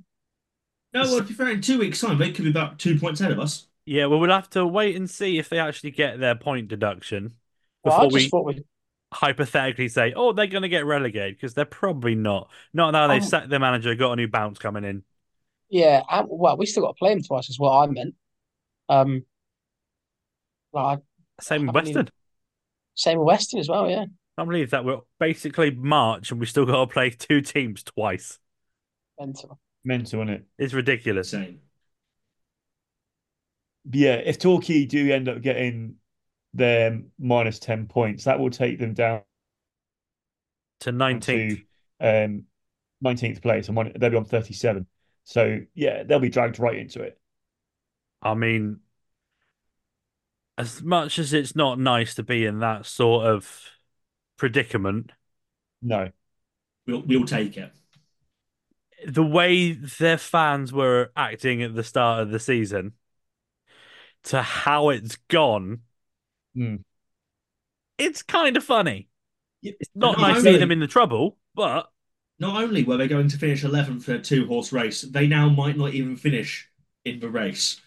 S2: No, well, to be fair, in two weeks' time, they could be about two points ahead of us.
S4: Yeah, well, we'll have to wait and see if they actually get their point deduction
S5: well, I
S4: before
S5: just
S4: we
S5: thought we.
S4: hypothetically say, "Oh, they're going to get relegated," because they're probably not. Not now they've
S5: Oh.
S4: sacked their manager, got a new bounce coming in.
S5: Yeah, I, well, we still got to play them twice, is what I meant. Um, like
S4: Same with
S5: I mean-
S4: Western.
S5: same with Western as well. Yeah,
S4: I can't believe that we're basically March and we still got to play two teams twice.
S5: mental.
S3: Mental, is it?
S4: It's ridiculous.
S2: Same.
S3: Yeah, if Torquay do end up getting their minus 10 points, that will take them down
S4: To nineteenth,
S3: to um, 19th place and one, they'll be on 37. So, yeah, they'll be dragged right into it.
S4: I mean, as much as it's not nice to be in that sort of predicament,
S3: No.
S2: We'll, we'll take it.
S4: the way their fans were acting at the start of the season to how it's gone,
S3: Hmm.
S4: it's kind of funny.
S3: Yep.
S4: It's not
S2: No,
S4: nice
S2: I
S4: to see
S2: mean-
S4: them in the trouble, but
S2: Not only were they going to finish 11th for a two horse race, they now might not even finish in the race.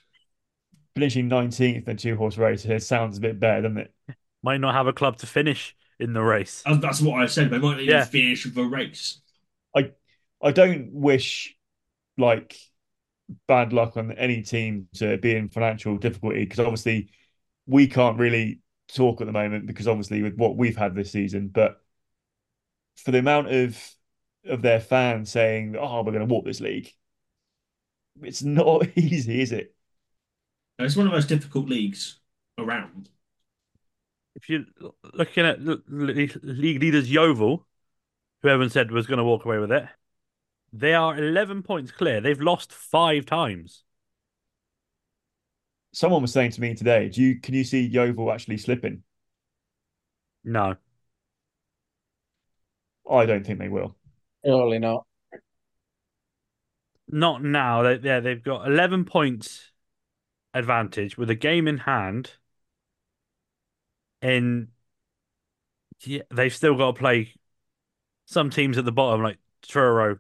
S3: Finishing 19th in two horse race here sounds a bit better, doesn't it?
S4: might not have a club to finish in the race.
S2: That's- That's what I said. They might not even
S4: Yeah.
S2: finish the race.
S3: I don't wish like bad luck on any team to be in financial difficulty because obviously we can't really talk at the moment because obviously with what we've had this season, but for the amount of of their fans saying, "Oh, we're going to walk this league," it's not easy, is it?
S2: Now, It's one of the most difficult leagues around.
S4: If you're looking at l- l- league leaders Yeovil, who everyone said was going to walk away with it, they are 11 points clear. They've lost five times.
S3: Someone was saying to me today, "Do you can you see Yeovil actually slipping?"
S4: No.
S3: I don't think they will.
S5: Surely not.
S4: Not now. They, yeah, they've got 11 points advantage with a game in hand. And yeah, they've still got to play some teams at the bottom, like Truro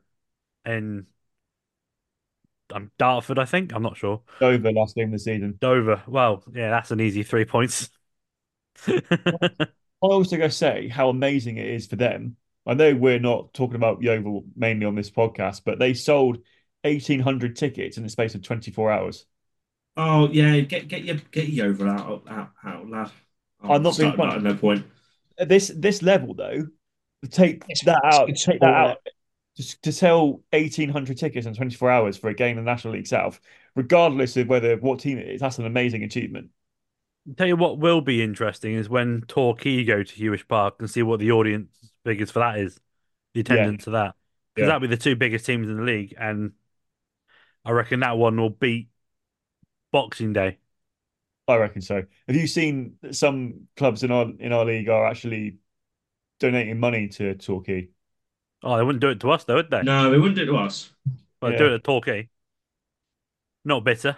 S4: and um, Dartford, I think. I'm not sure.
S3: Over last game of the season.
S4: Dover. Well, yeah, that's an easy three points.
S3: I also go say how amazing it is for them. I know we're not talking about Yeovil mainly on this podcast, but they sold 1,800 tickets in the space of 24 hours.
S2: Oh yeah, get get your get your over out out, out lad.
S3: I'm not being
S2: starting that
S3: funny.
S2: at no point.
S3: At this this level, though, take
S5: It's-
S3: that
S5: it's
S3: out.
S5: good
S3: Take that
S5: sport,
S3: out. Just to sell 1,800 tickets in 24 hours for a game in the National League South, regardless of whether what team it is, that's an amazing achievement.
S4: Tell you what will be interesting is when Torquay go to Hewish Park and see what the audience figures for that is, the attendance to that. Because
S2: Yeah.
S4: that'll be the two biggest teams in the league, and I reckon that one will beat Boxing Day.
S3: I reckon so. Have you seen that some clubs in our in our league are actually donating money to Torquay?
S4: Oh, they wouldn't do it to us, though, would they?
S2: No, they wouldn't do it to us.
S4: But
S3: Yeah.
S4: do it to Torquay. Not bitter.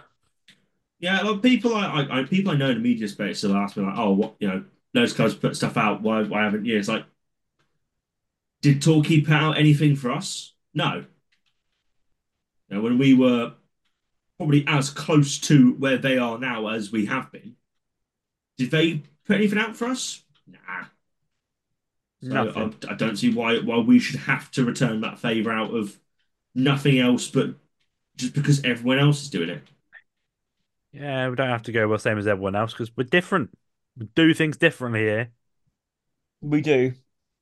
S2: Yeah, well, people I, I, I people I know in the media space will ask me like, oh, what you know, those clubs put stuff out. Why why haven't you? It's like, did Torquay put out anything for us? No. You know, when we were probably as close to where they are now as we have been, did they put anything out for us? Nah. So
S4: Nothing.
S2: I, I don't see why why we should have to return that favour out of nothing else, but just because everyone else is doing it.
S4: Yeah, we don't have to go well same as everyone else because we're different. We do things differently here.
S3: We do.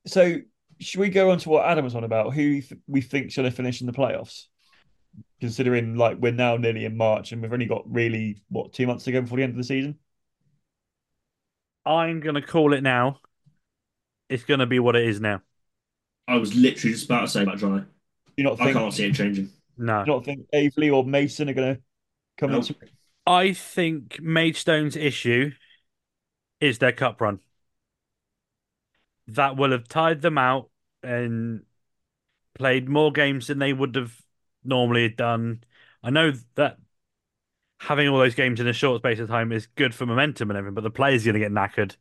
S3: So should we go on to what Adam was on about? Who you th- we think should have finished in the playoffs? Considering like we're now nearly in March and we've only got really what two months to go before the end of the season.
S4: I'm gonna call it now. It's gonna be what it is now.
S2: I was literally just about to say that, Johnny.
S3: Do you not
S2: I
S3: think?
S2: can't see it changing.
S4: No,
S3: Do you not think Avely or Mason are going to come
S2: No.
S3: into?
S4: I think Maidstone's issue is their cup run. That will have tied them out and played more games than they would have normally done. I know that having all those games in a short space of time is good for momentum and everything, but the players are going to get knackered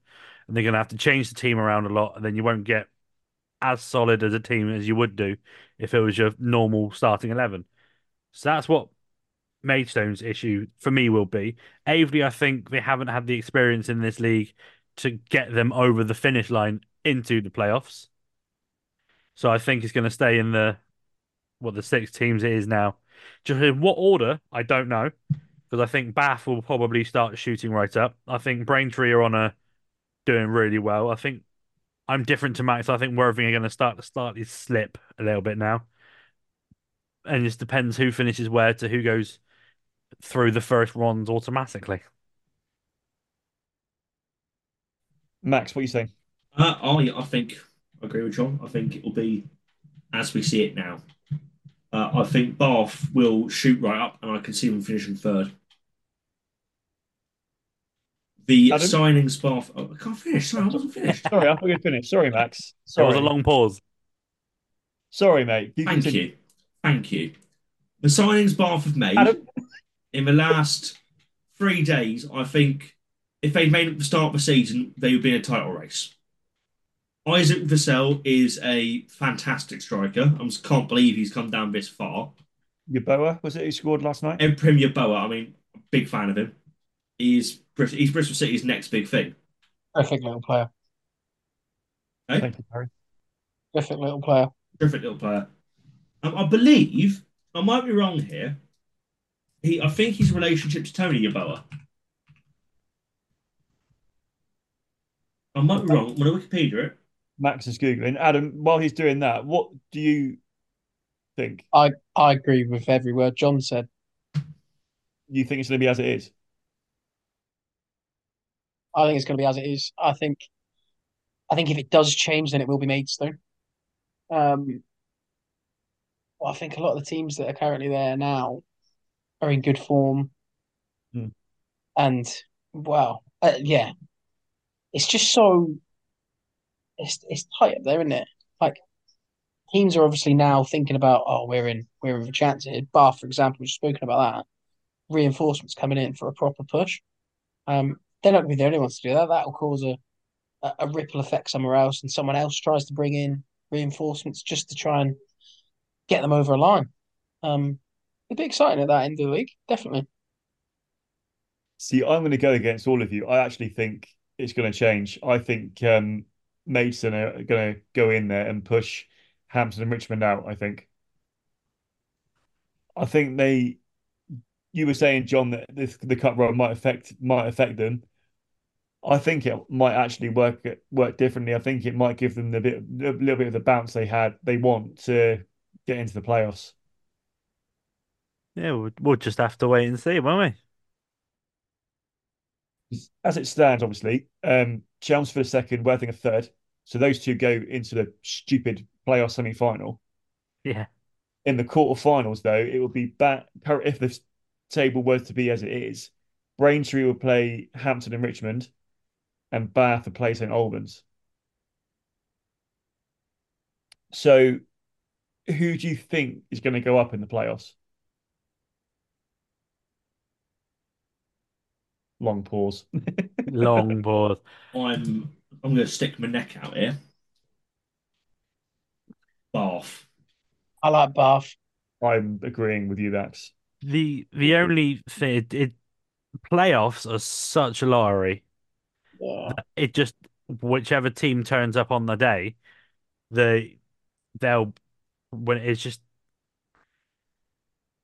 S4: and they're going to have to change the team around a lot. And then you won't get as solid as a team as you would do if it was your normal starting 11. So that's what Maidstone's issue for me will be. Avely, I think they haven't had the experience in this league to get them over the finish line into the playoffs. So I think it's going to stay in the what the six teams it is now. Just in what order, I don't know, because I think Bath will probably start shooting right up. I think Braintree are on a doing really well. I think I'm different to Max. I think Worthing are going to start to slightly slip a little bit now, and it just depends who finishes where to who goes through the first rounds automatically.
S3: Max, what are you saying?
S2: Uh, I, I think I agree with John. I think it will be as we see it now. Uh, I think Bath will shoot right up, and I can see them finishing third. The
S3: Adam?
S2: signings Bath. Oh, I can't finish. Sorry, I wasn't finished.
S3: Sorry, I thought you'd finished. Sorry, Max.
S4: There was
S3: Sorry,
S4: a long pause.
S3: sorry, mate. You
S2: Thank
S3: continue.
S2: you. Thank you. The signings Bath have made
S3: Adam?
S2: in the last three days, I think if they'd made it at the start of the season, they would be in a title race. Isaac Vassell is a fantastic striker. I just can't believe he's come down this far.
S3: Yaboa was it who scored last night?
S2: And Premier Boa, I mean, big fan of him. He's, Brit- he's Bristol City's next big thing.
S5: Perfect little player.
S2: Hey.
S3: Thank you, Barry.
S5: Perfect little player.
S2: Terrific little player. Um, I believe, I might be wrong here, He, I think his relationship to Tony Yaboa. I might be wrong. I'm going to Wikipedia it.
S3: Max is googling. Adam, while he's doing that, what do you think?
S5: I agree with every word John said.
S3: You think it's going to be as it is?
S5: I think it's going to be as it is. I think, I think if it does change, then it will be Maidstone. Um, well, I think a lot of the teams that are currently there now are in good form,
S3: Hmm.
S5: and well, uh, yeah, it's just so it's it's tight up there, isn't it? Like teams are obviously now thinking about, oh, we're in, we're in for a chance here. Bath, for example, we've spoken about that. Reinforcements coming in for a proper push. Um, they're not going to be the only ones to do that. That will cause a, a a ripple effect somewhere else, and someone else tries to bring in reinforcements just to try and get them over a line. Um, it'd be exciting at that end of the week, definitely.
S3: See, I'm going to go against all of you. I actually think it's going to change. I think um, Maidstone are going to go in there and push Hampton and Richmond out. I think. I think they. You were saying, John, that this, the cup run might affect might affect them. I think it might actually work work differently. I think it might give them the bit, a little bit of the bounce they had they want to get into the playoffs.
S4: Yeah, we'll, we'll just have to wait and see, won't we?
S3: as it stands, obviously, um, Chelmsford are second, Worthing a third. So those two go into the stupid playoff semi final.
S4: Yeah.
S3: In the quarterfinals, though, it will be back. If the table was to be as it is, Braintree will play Hampton and Richmond, and Bath will play St Albans. So, who do you think is going to go up in the playoffs? Long pause.
S4: Long pause.
S2: I'm I'm going to stick my neck out here. Bath.
S5: I like Bath.
S3: I'm agreeing with you, Max.
S4: The the only thing it, it playoffs are such a lottery.
S5: Yeah.
S4: It just whichever team turns up on the day, they they'll when it's just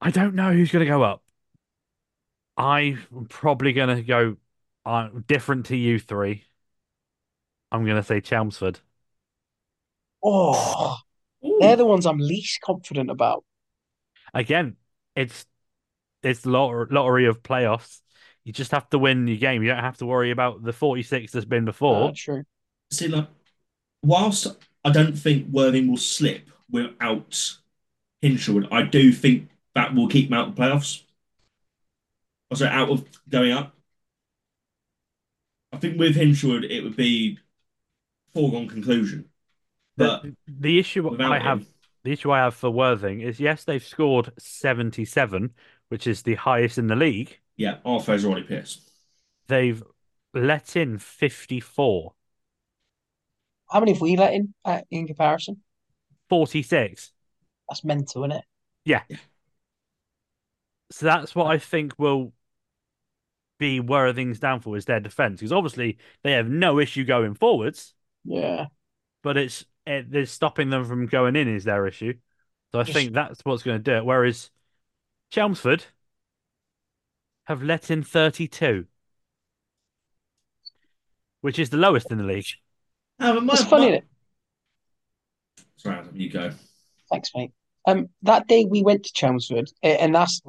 S4: I don't know who's going to go up. I'm probably going to go uh, different to you three. I'm going to say Chelmsford.
S5: Oh, they're the ones I'm least confident about.
S4: Again, it's it's lot- lottery of playoffs. You just have to win your game. You don't have to worry about the 46 that's been before.
S5: Uh, true.
S2: See, like, whilst I don't think Worthing will slip without Hinshelwood, I do think that will keep them out of the playoffs. Also, out of going up. I think with Hinshelwood, it would be foregone conclusion. But
S4: the, the issue
S2: without
S4: I have
S2: him,
S4: the issue I have for Worthing is yes, they've scored 77, which is the highest in the league.
S2: yeah, Arthur's already pissed.
S4: They've let in 54,
S5: How many have we let in uh, in comparison?
S4: 46.
S5: That's mental, isn't it?
S4: So that's what I think will be Worthing's downfall is their defense because obviously they have no issue going forwards,
S5: Yeah.
S4: but it's it, they're stopping them from going in is their issue. So I
S5: Just-
S4: think that's what's going to do it. Whereas Chelmsford have let in 32, which is the lowest in the league.
S2: Ah, but my-
S5: It's funny,
S2: my-
S5: innit?
S2: Sorry, Adam, you go.
S5: Thanks, mate. Um, that day we went to Chelmsford, a- and that's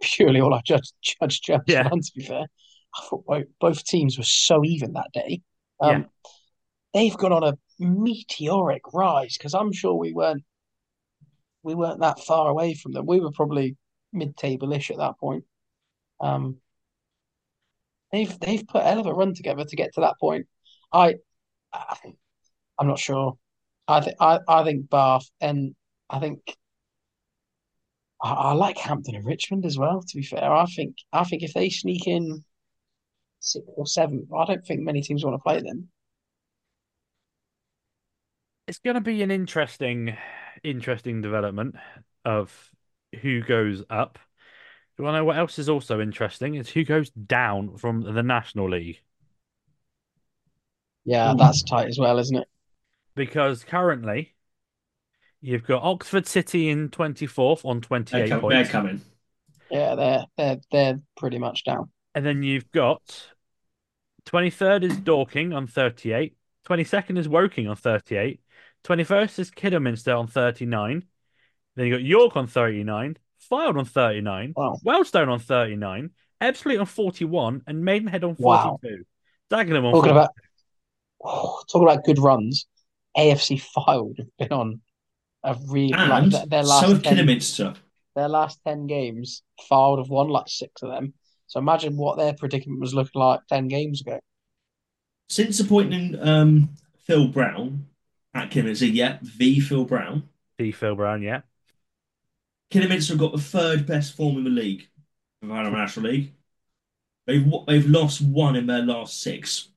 S5: purely all I judged, judged Chelmsford
S4: Yeah.
S5: on, to be fair. I thought both, both teams were so even that day. Um,
S4: Yeah.
S5: They've gone on a meteoric rise because I'm sure we weren't we weren't that far away from them. We were probably mid-table-ish at that point. Um, they've they've put a hell of a run together to get to that point. I, I I'm not sure. I think I, I think Bath and I think I, I like Hampton and Richmond as well. To be fair, I think I think if they sneak in sixth or seventh, I don't think many teams want to play them.
S4: It's going to be an interesting, interesting development of who goes up. Do I know what else is also interesting? Is who goes down from the National League
S5: Yeah, that's tight as well, isn't it?
S4: because currently you've got Oxford City in 24th on
S2: They're,
S4: 28
S2: com- they're
S4: points,
S2: coming.
S5: Yeah, they're they're they're pretty much down.
S4: and then you've got 23rd is Dorking on 38, 22nd is Woking on 38, 21st is Kidderminster on 39, then you've got York on 39, Fylde on 39,
S5: Wow,
S4: Wellstone on 39, Ebbsfleet on 41, and Maidenhead on 42.
S5: Wow.
S4: Dagenham on
S5: talking
S4: 40.
S5: about oh, talking about good runs. AFC Fylde have been on a really like
S2: And
S5: their, their last
S2: so have
S5: 10
S2: Kidderminster. It's
S5: their last 10 games, Fylde have won like six of them. So imagine what their predicament was looking like 10 games ago.
S2: Since appointing um, Phil Brown at Kidderminster, yeah, the Phil Brown,
S4: D. Phil Brown, yeah.
S2: Kidderminster have got the third best form in the league, of the National League. They've wa- they've lost one in their last six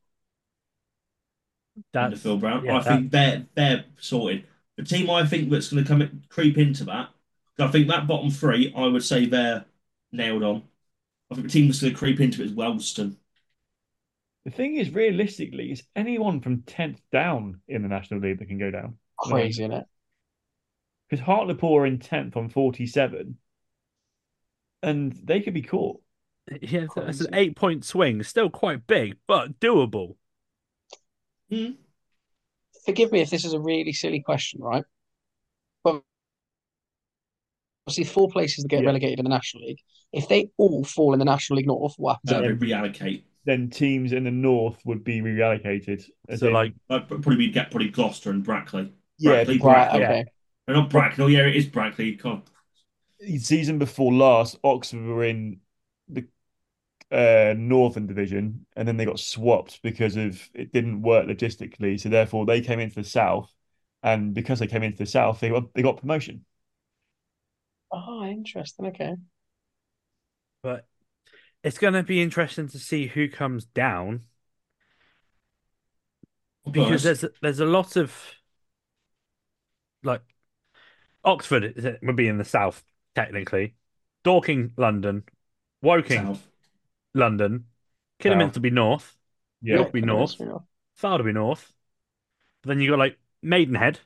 S2: under
S4: That's,
S2: Phil Brown.
S4: yeah,
S2: I think they're they're sorted. The team I think that's going to come in- creep into that, 'cause I think that bottom three, I would say they're nailed on. I think the team that's going to creep into it is Wellston.
S3: The thing is, realistically, it's anyone from 10th down in the National League that can go down.
S5: Crazy, isn't it?
S3: Because Hartlepool are in 10th on 47, and they could be caught.
S4: yeah, that's an
S5: Crazy.
S4: eight point swing. Still quite big, but doable.
S5: Forgive me if this is a really silly question, right? But obviously four places that get
S3: Yeah.
S5: relegated in the National League. If they all fall in the National League North, what happens?
S2: Uh,
S5: then?
S2: we reallocate.
S3: Then teams in the north would be reallocated. As
S4: So
S3: in-
S4: like
S2: Uh, probably we'd get probably Gloucester and Brackley.
S3: yeah,
S2: Brackley,
S5: right,
S2: Brackley.
S5: okay.
S2: No, not Bracknell. Yeah, it is Brackley. God,
S3: season before last, Oxford were in the uh, Northern Division, and then they got swapped because of it didn't work logistically. So therefore, they came into the South, and because they came into the South, they got, they got promotion.
S5: Oh, interesting. Okay.
S4: but it's gonna be interesting to see who comes down because
S2: First.
S4: there's there's a lot of like Oxford is it- would be in the south technically, Dorking London, Woking
S2: South.
S4: London, Kidderminster
S3: South.
S4: be north,
S3: Yeah,
S4: York be north,
S5: North.
S4: Fylde be north. But then you got like Maidenhead,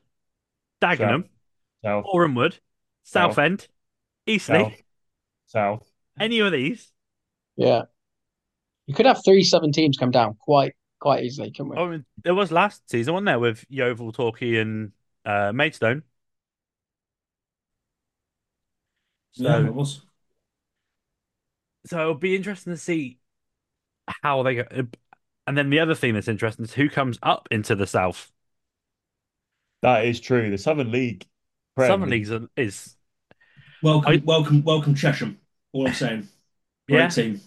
S4: Dagenham,
S3: South,
S4: Oranwood,
S3: South.
S4: Southend, Eastleigh.
S3: South, South.
S4: Any of these?
S5: Yeah. You could have three seven teams come down quite quite easily, couldn't we?
S3: Oh,
S4: I mean, there was last season, wasn't there, with Yeovil, Torquay, and uh, Maidstone. So
S2: Yeah, it was.
S4: so it'll be interesting to see how they go. uh, And then the other thing that's interesting is who comes up into the South.
S3: That is true. The Southern League, Prem
S4: Southern
S3: is-
S4: leagues are- is
S2: Welcome,
S4: I-
S2: welcome, welcome, Chesham. All I'm saying. Great
S4: yeah.
S2: team.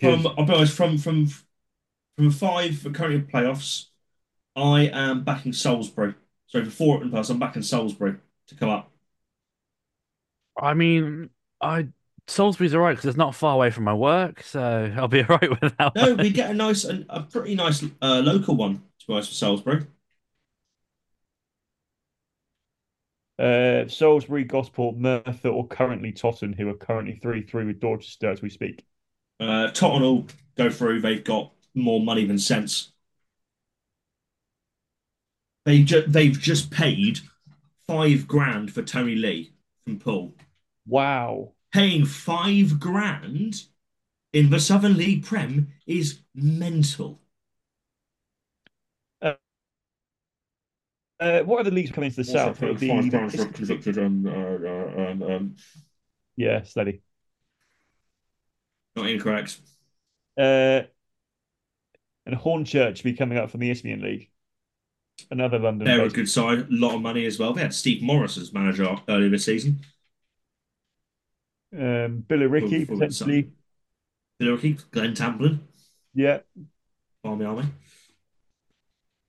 S3: Good.
S2: From I'll be honest, from from from five currently in playoffs, I am backing Salisbury. Sorry, for four in plus, I'm backing Salisbury to come up.
S4: I mean, I Salisbury's all right because it's not far away from my work, so I'll be all right with that.
S2: No,
S4: one.
S2: we get a nice, a, a pretty nice uh, local one to be honest for Salisbury.
S3: Uh, Salisbury, Gosport, Merthyr, or currently Totten, who are currently three three with Dorchester as we speak.
S2: Uh, Tottenham will go through. They've got more money than sense. They ju- they've just paid five grand for Tony Lee from Poole.
S3: Wow.
S2: Paying five grand in the Southern League Prem is mental.
S3: Uh, what other leagues coming into the south? It'll be
S2: convicted um, uh, um, um,
S3: yeah, steady.
S2: not incorrect.
S3: Uh, and Hornchurch be coming up from the Isthmian League. Another London.
S2: They're a
S3: based-
S2: good side, a lot of money as well. They had Steve Morris as manager earlier this season.
S3: Um, Billericay
S2: For- for
S3: potentially.
S2: some- Billericay, Glenn Tamplin,
S3: Yeah,
S2: Barmy Army.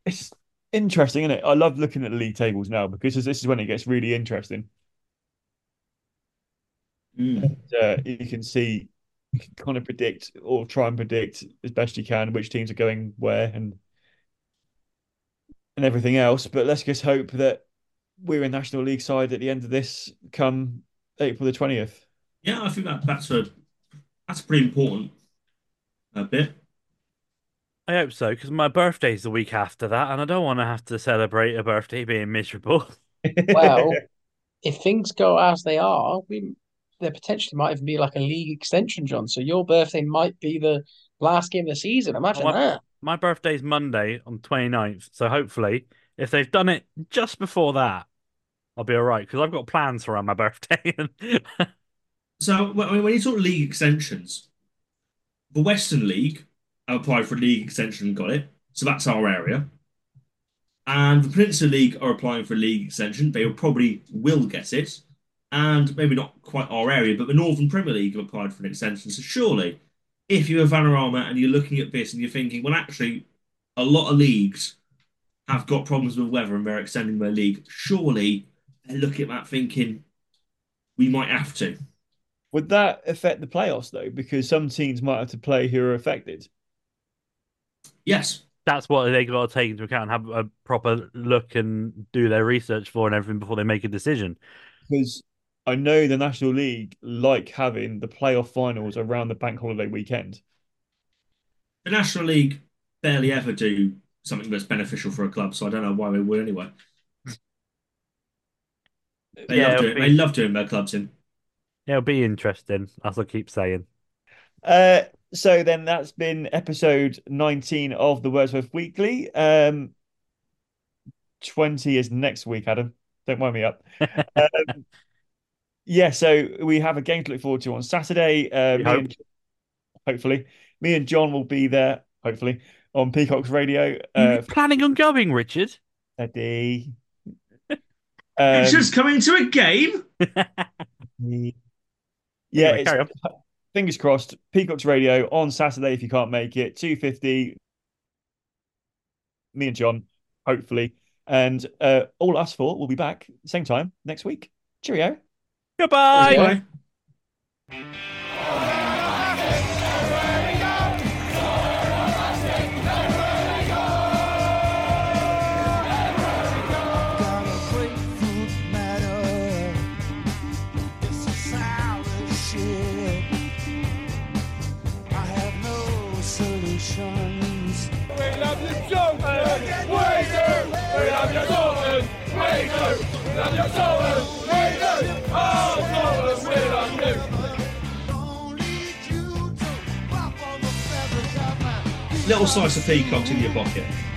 S3: it's interesting, isn't it? I love looking at the league tables now because this is when it gets really interesting.
S2: Mm.
S3: uh, you can see you can kind of predict or try and predict as best you can which teams are going where and and everything else. But let's just hope that we're a National League side at the end of this come April the twentieth.
S2: Yeah, I think that that's a that's a pretty important uh, bit.
S4: I hope so because my birthday's the week after that, and I don't want to have to celebrate a birthday being miserable.
S5: Well, if things go as they are, we there potentially might even be like a league extension, John. So your birthday might be the last game of the season.
S3: Oh,
S5: Imagine
S4: What?
S5: that.
S4: My birthday's Monday on 29th, so hopefully, if they've done it just before that, I'll be all right because I've got plans around my birthday.
S2: So when when- when you talk league extensions, the Western League applied for a league extension and got it. So that's our area. And the Peninsula League are applying for a league extension. They will probably will get it. And maybe not quite our area, but the Northern Premier League have applied for an extension. So surely, if you're a Vanarama and you're looking at this and you're thinking, well, actually, a lot of leagues have got problems with weather and they're extending their league, surely they look at that thinking, we might have to.
S3: Would that affect the playoffs though? Because some teams might have to play who are affected.
S2: Yes,
S4: that's what they got to take into account and have a proper look and do their research for and everything before they make a decision.
S3: Because I know the National League like having the playoff finals around the bank holiday weekend.
S2: the National League barely ever do something that's beneficial for a club, so I don't know why they would anyway. They
S4: Yeah,
S2: love
S4: it'll
S2: doing they
S4: be-
S2: love doing their clubs in.
S4: It'll be interesting, as I keep saying.
S3: Uh, so then that's been episode 19 of the Wordsworth Weekly. Um, 20 is next week, Adam. Don't wind me up. um, yeah, so we have a game to look forward to on Saturday. Uh,
S4: We
S3: me and- hopefully, me and John will be there. Hopefully, on Peacock's radio. Uh,
S4: you planning on going, Richard?
S3: Eddie.
S2: it's
S3: Um,
S2: just coming to a game.
S3: yeah,
S4: Anyway,
S3: it's
S4: carry on.
S3: fingers crossed. Peacock's Radio on Saturday if you can't make it. Two fifty. Me and John, hopefully, and uh, all us four will be back same time next week. Cheerio.
S4: Goodbye.
S5: Yeah.
S2: Bye.
S6: Got a grapefruit matter. It's a sour shit. I have no solutions.
S1: We love you, Joker. We do. We love you, Norman. We do. We love you, Norman. We do. Oh, Norman, we love you.
S6: Don't need you to drop all the feathers out my
S2: Little slice of peacock in your pocket.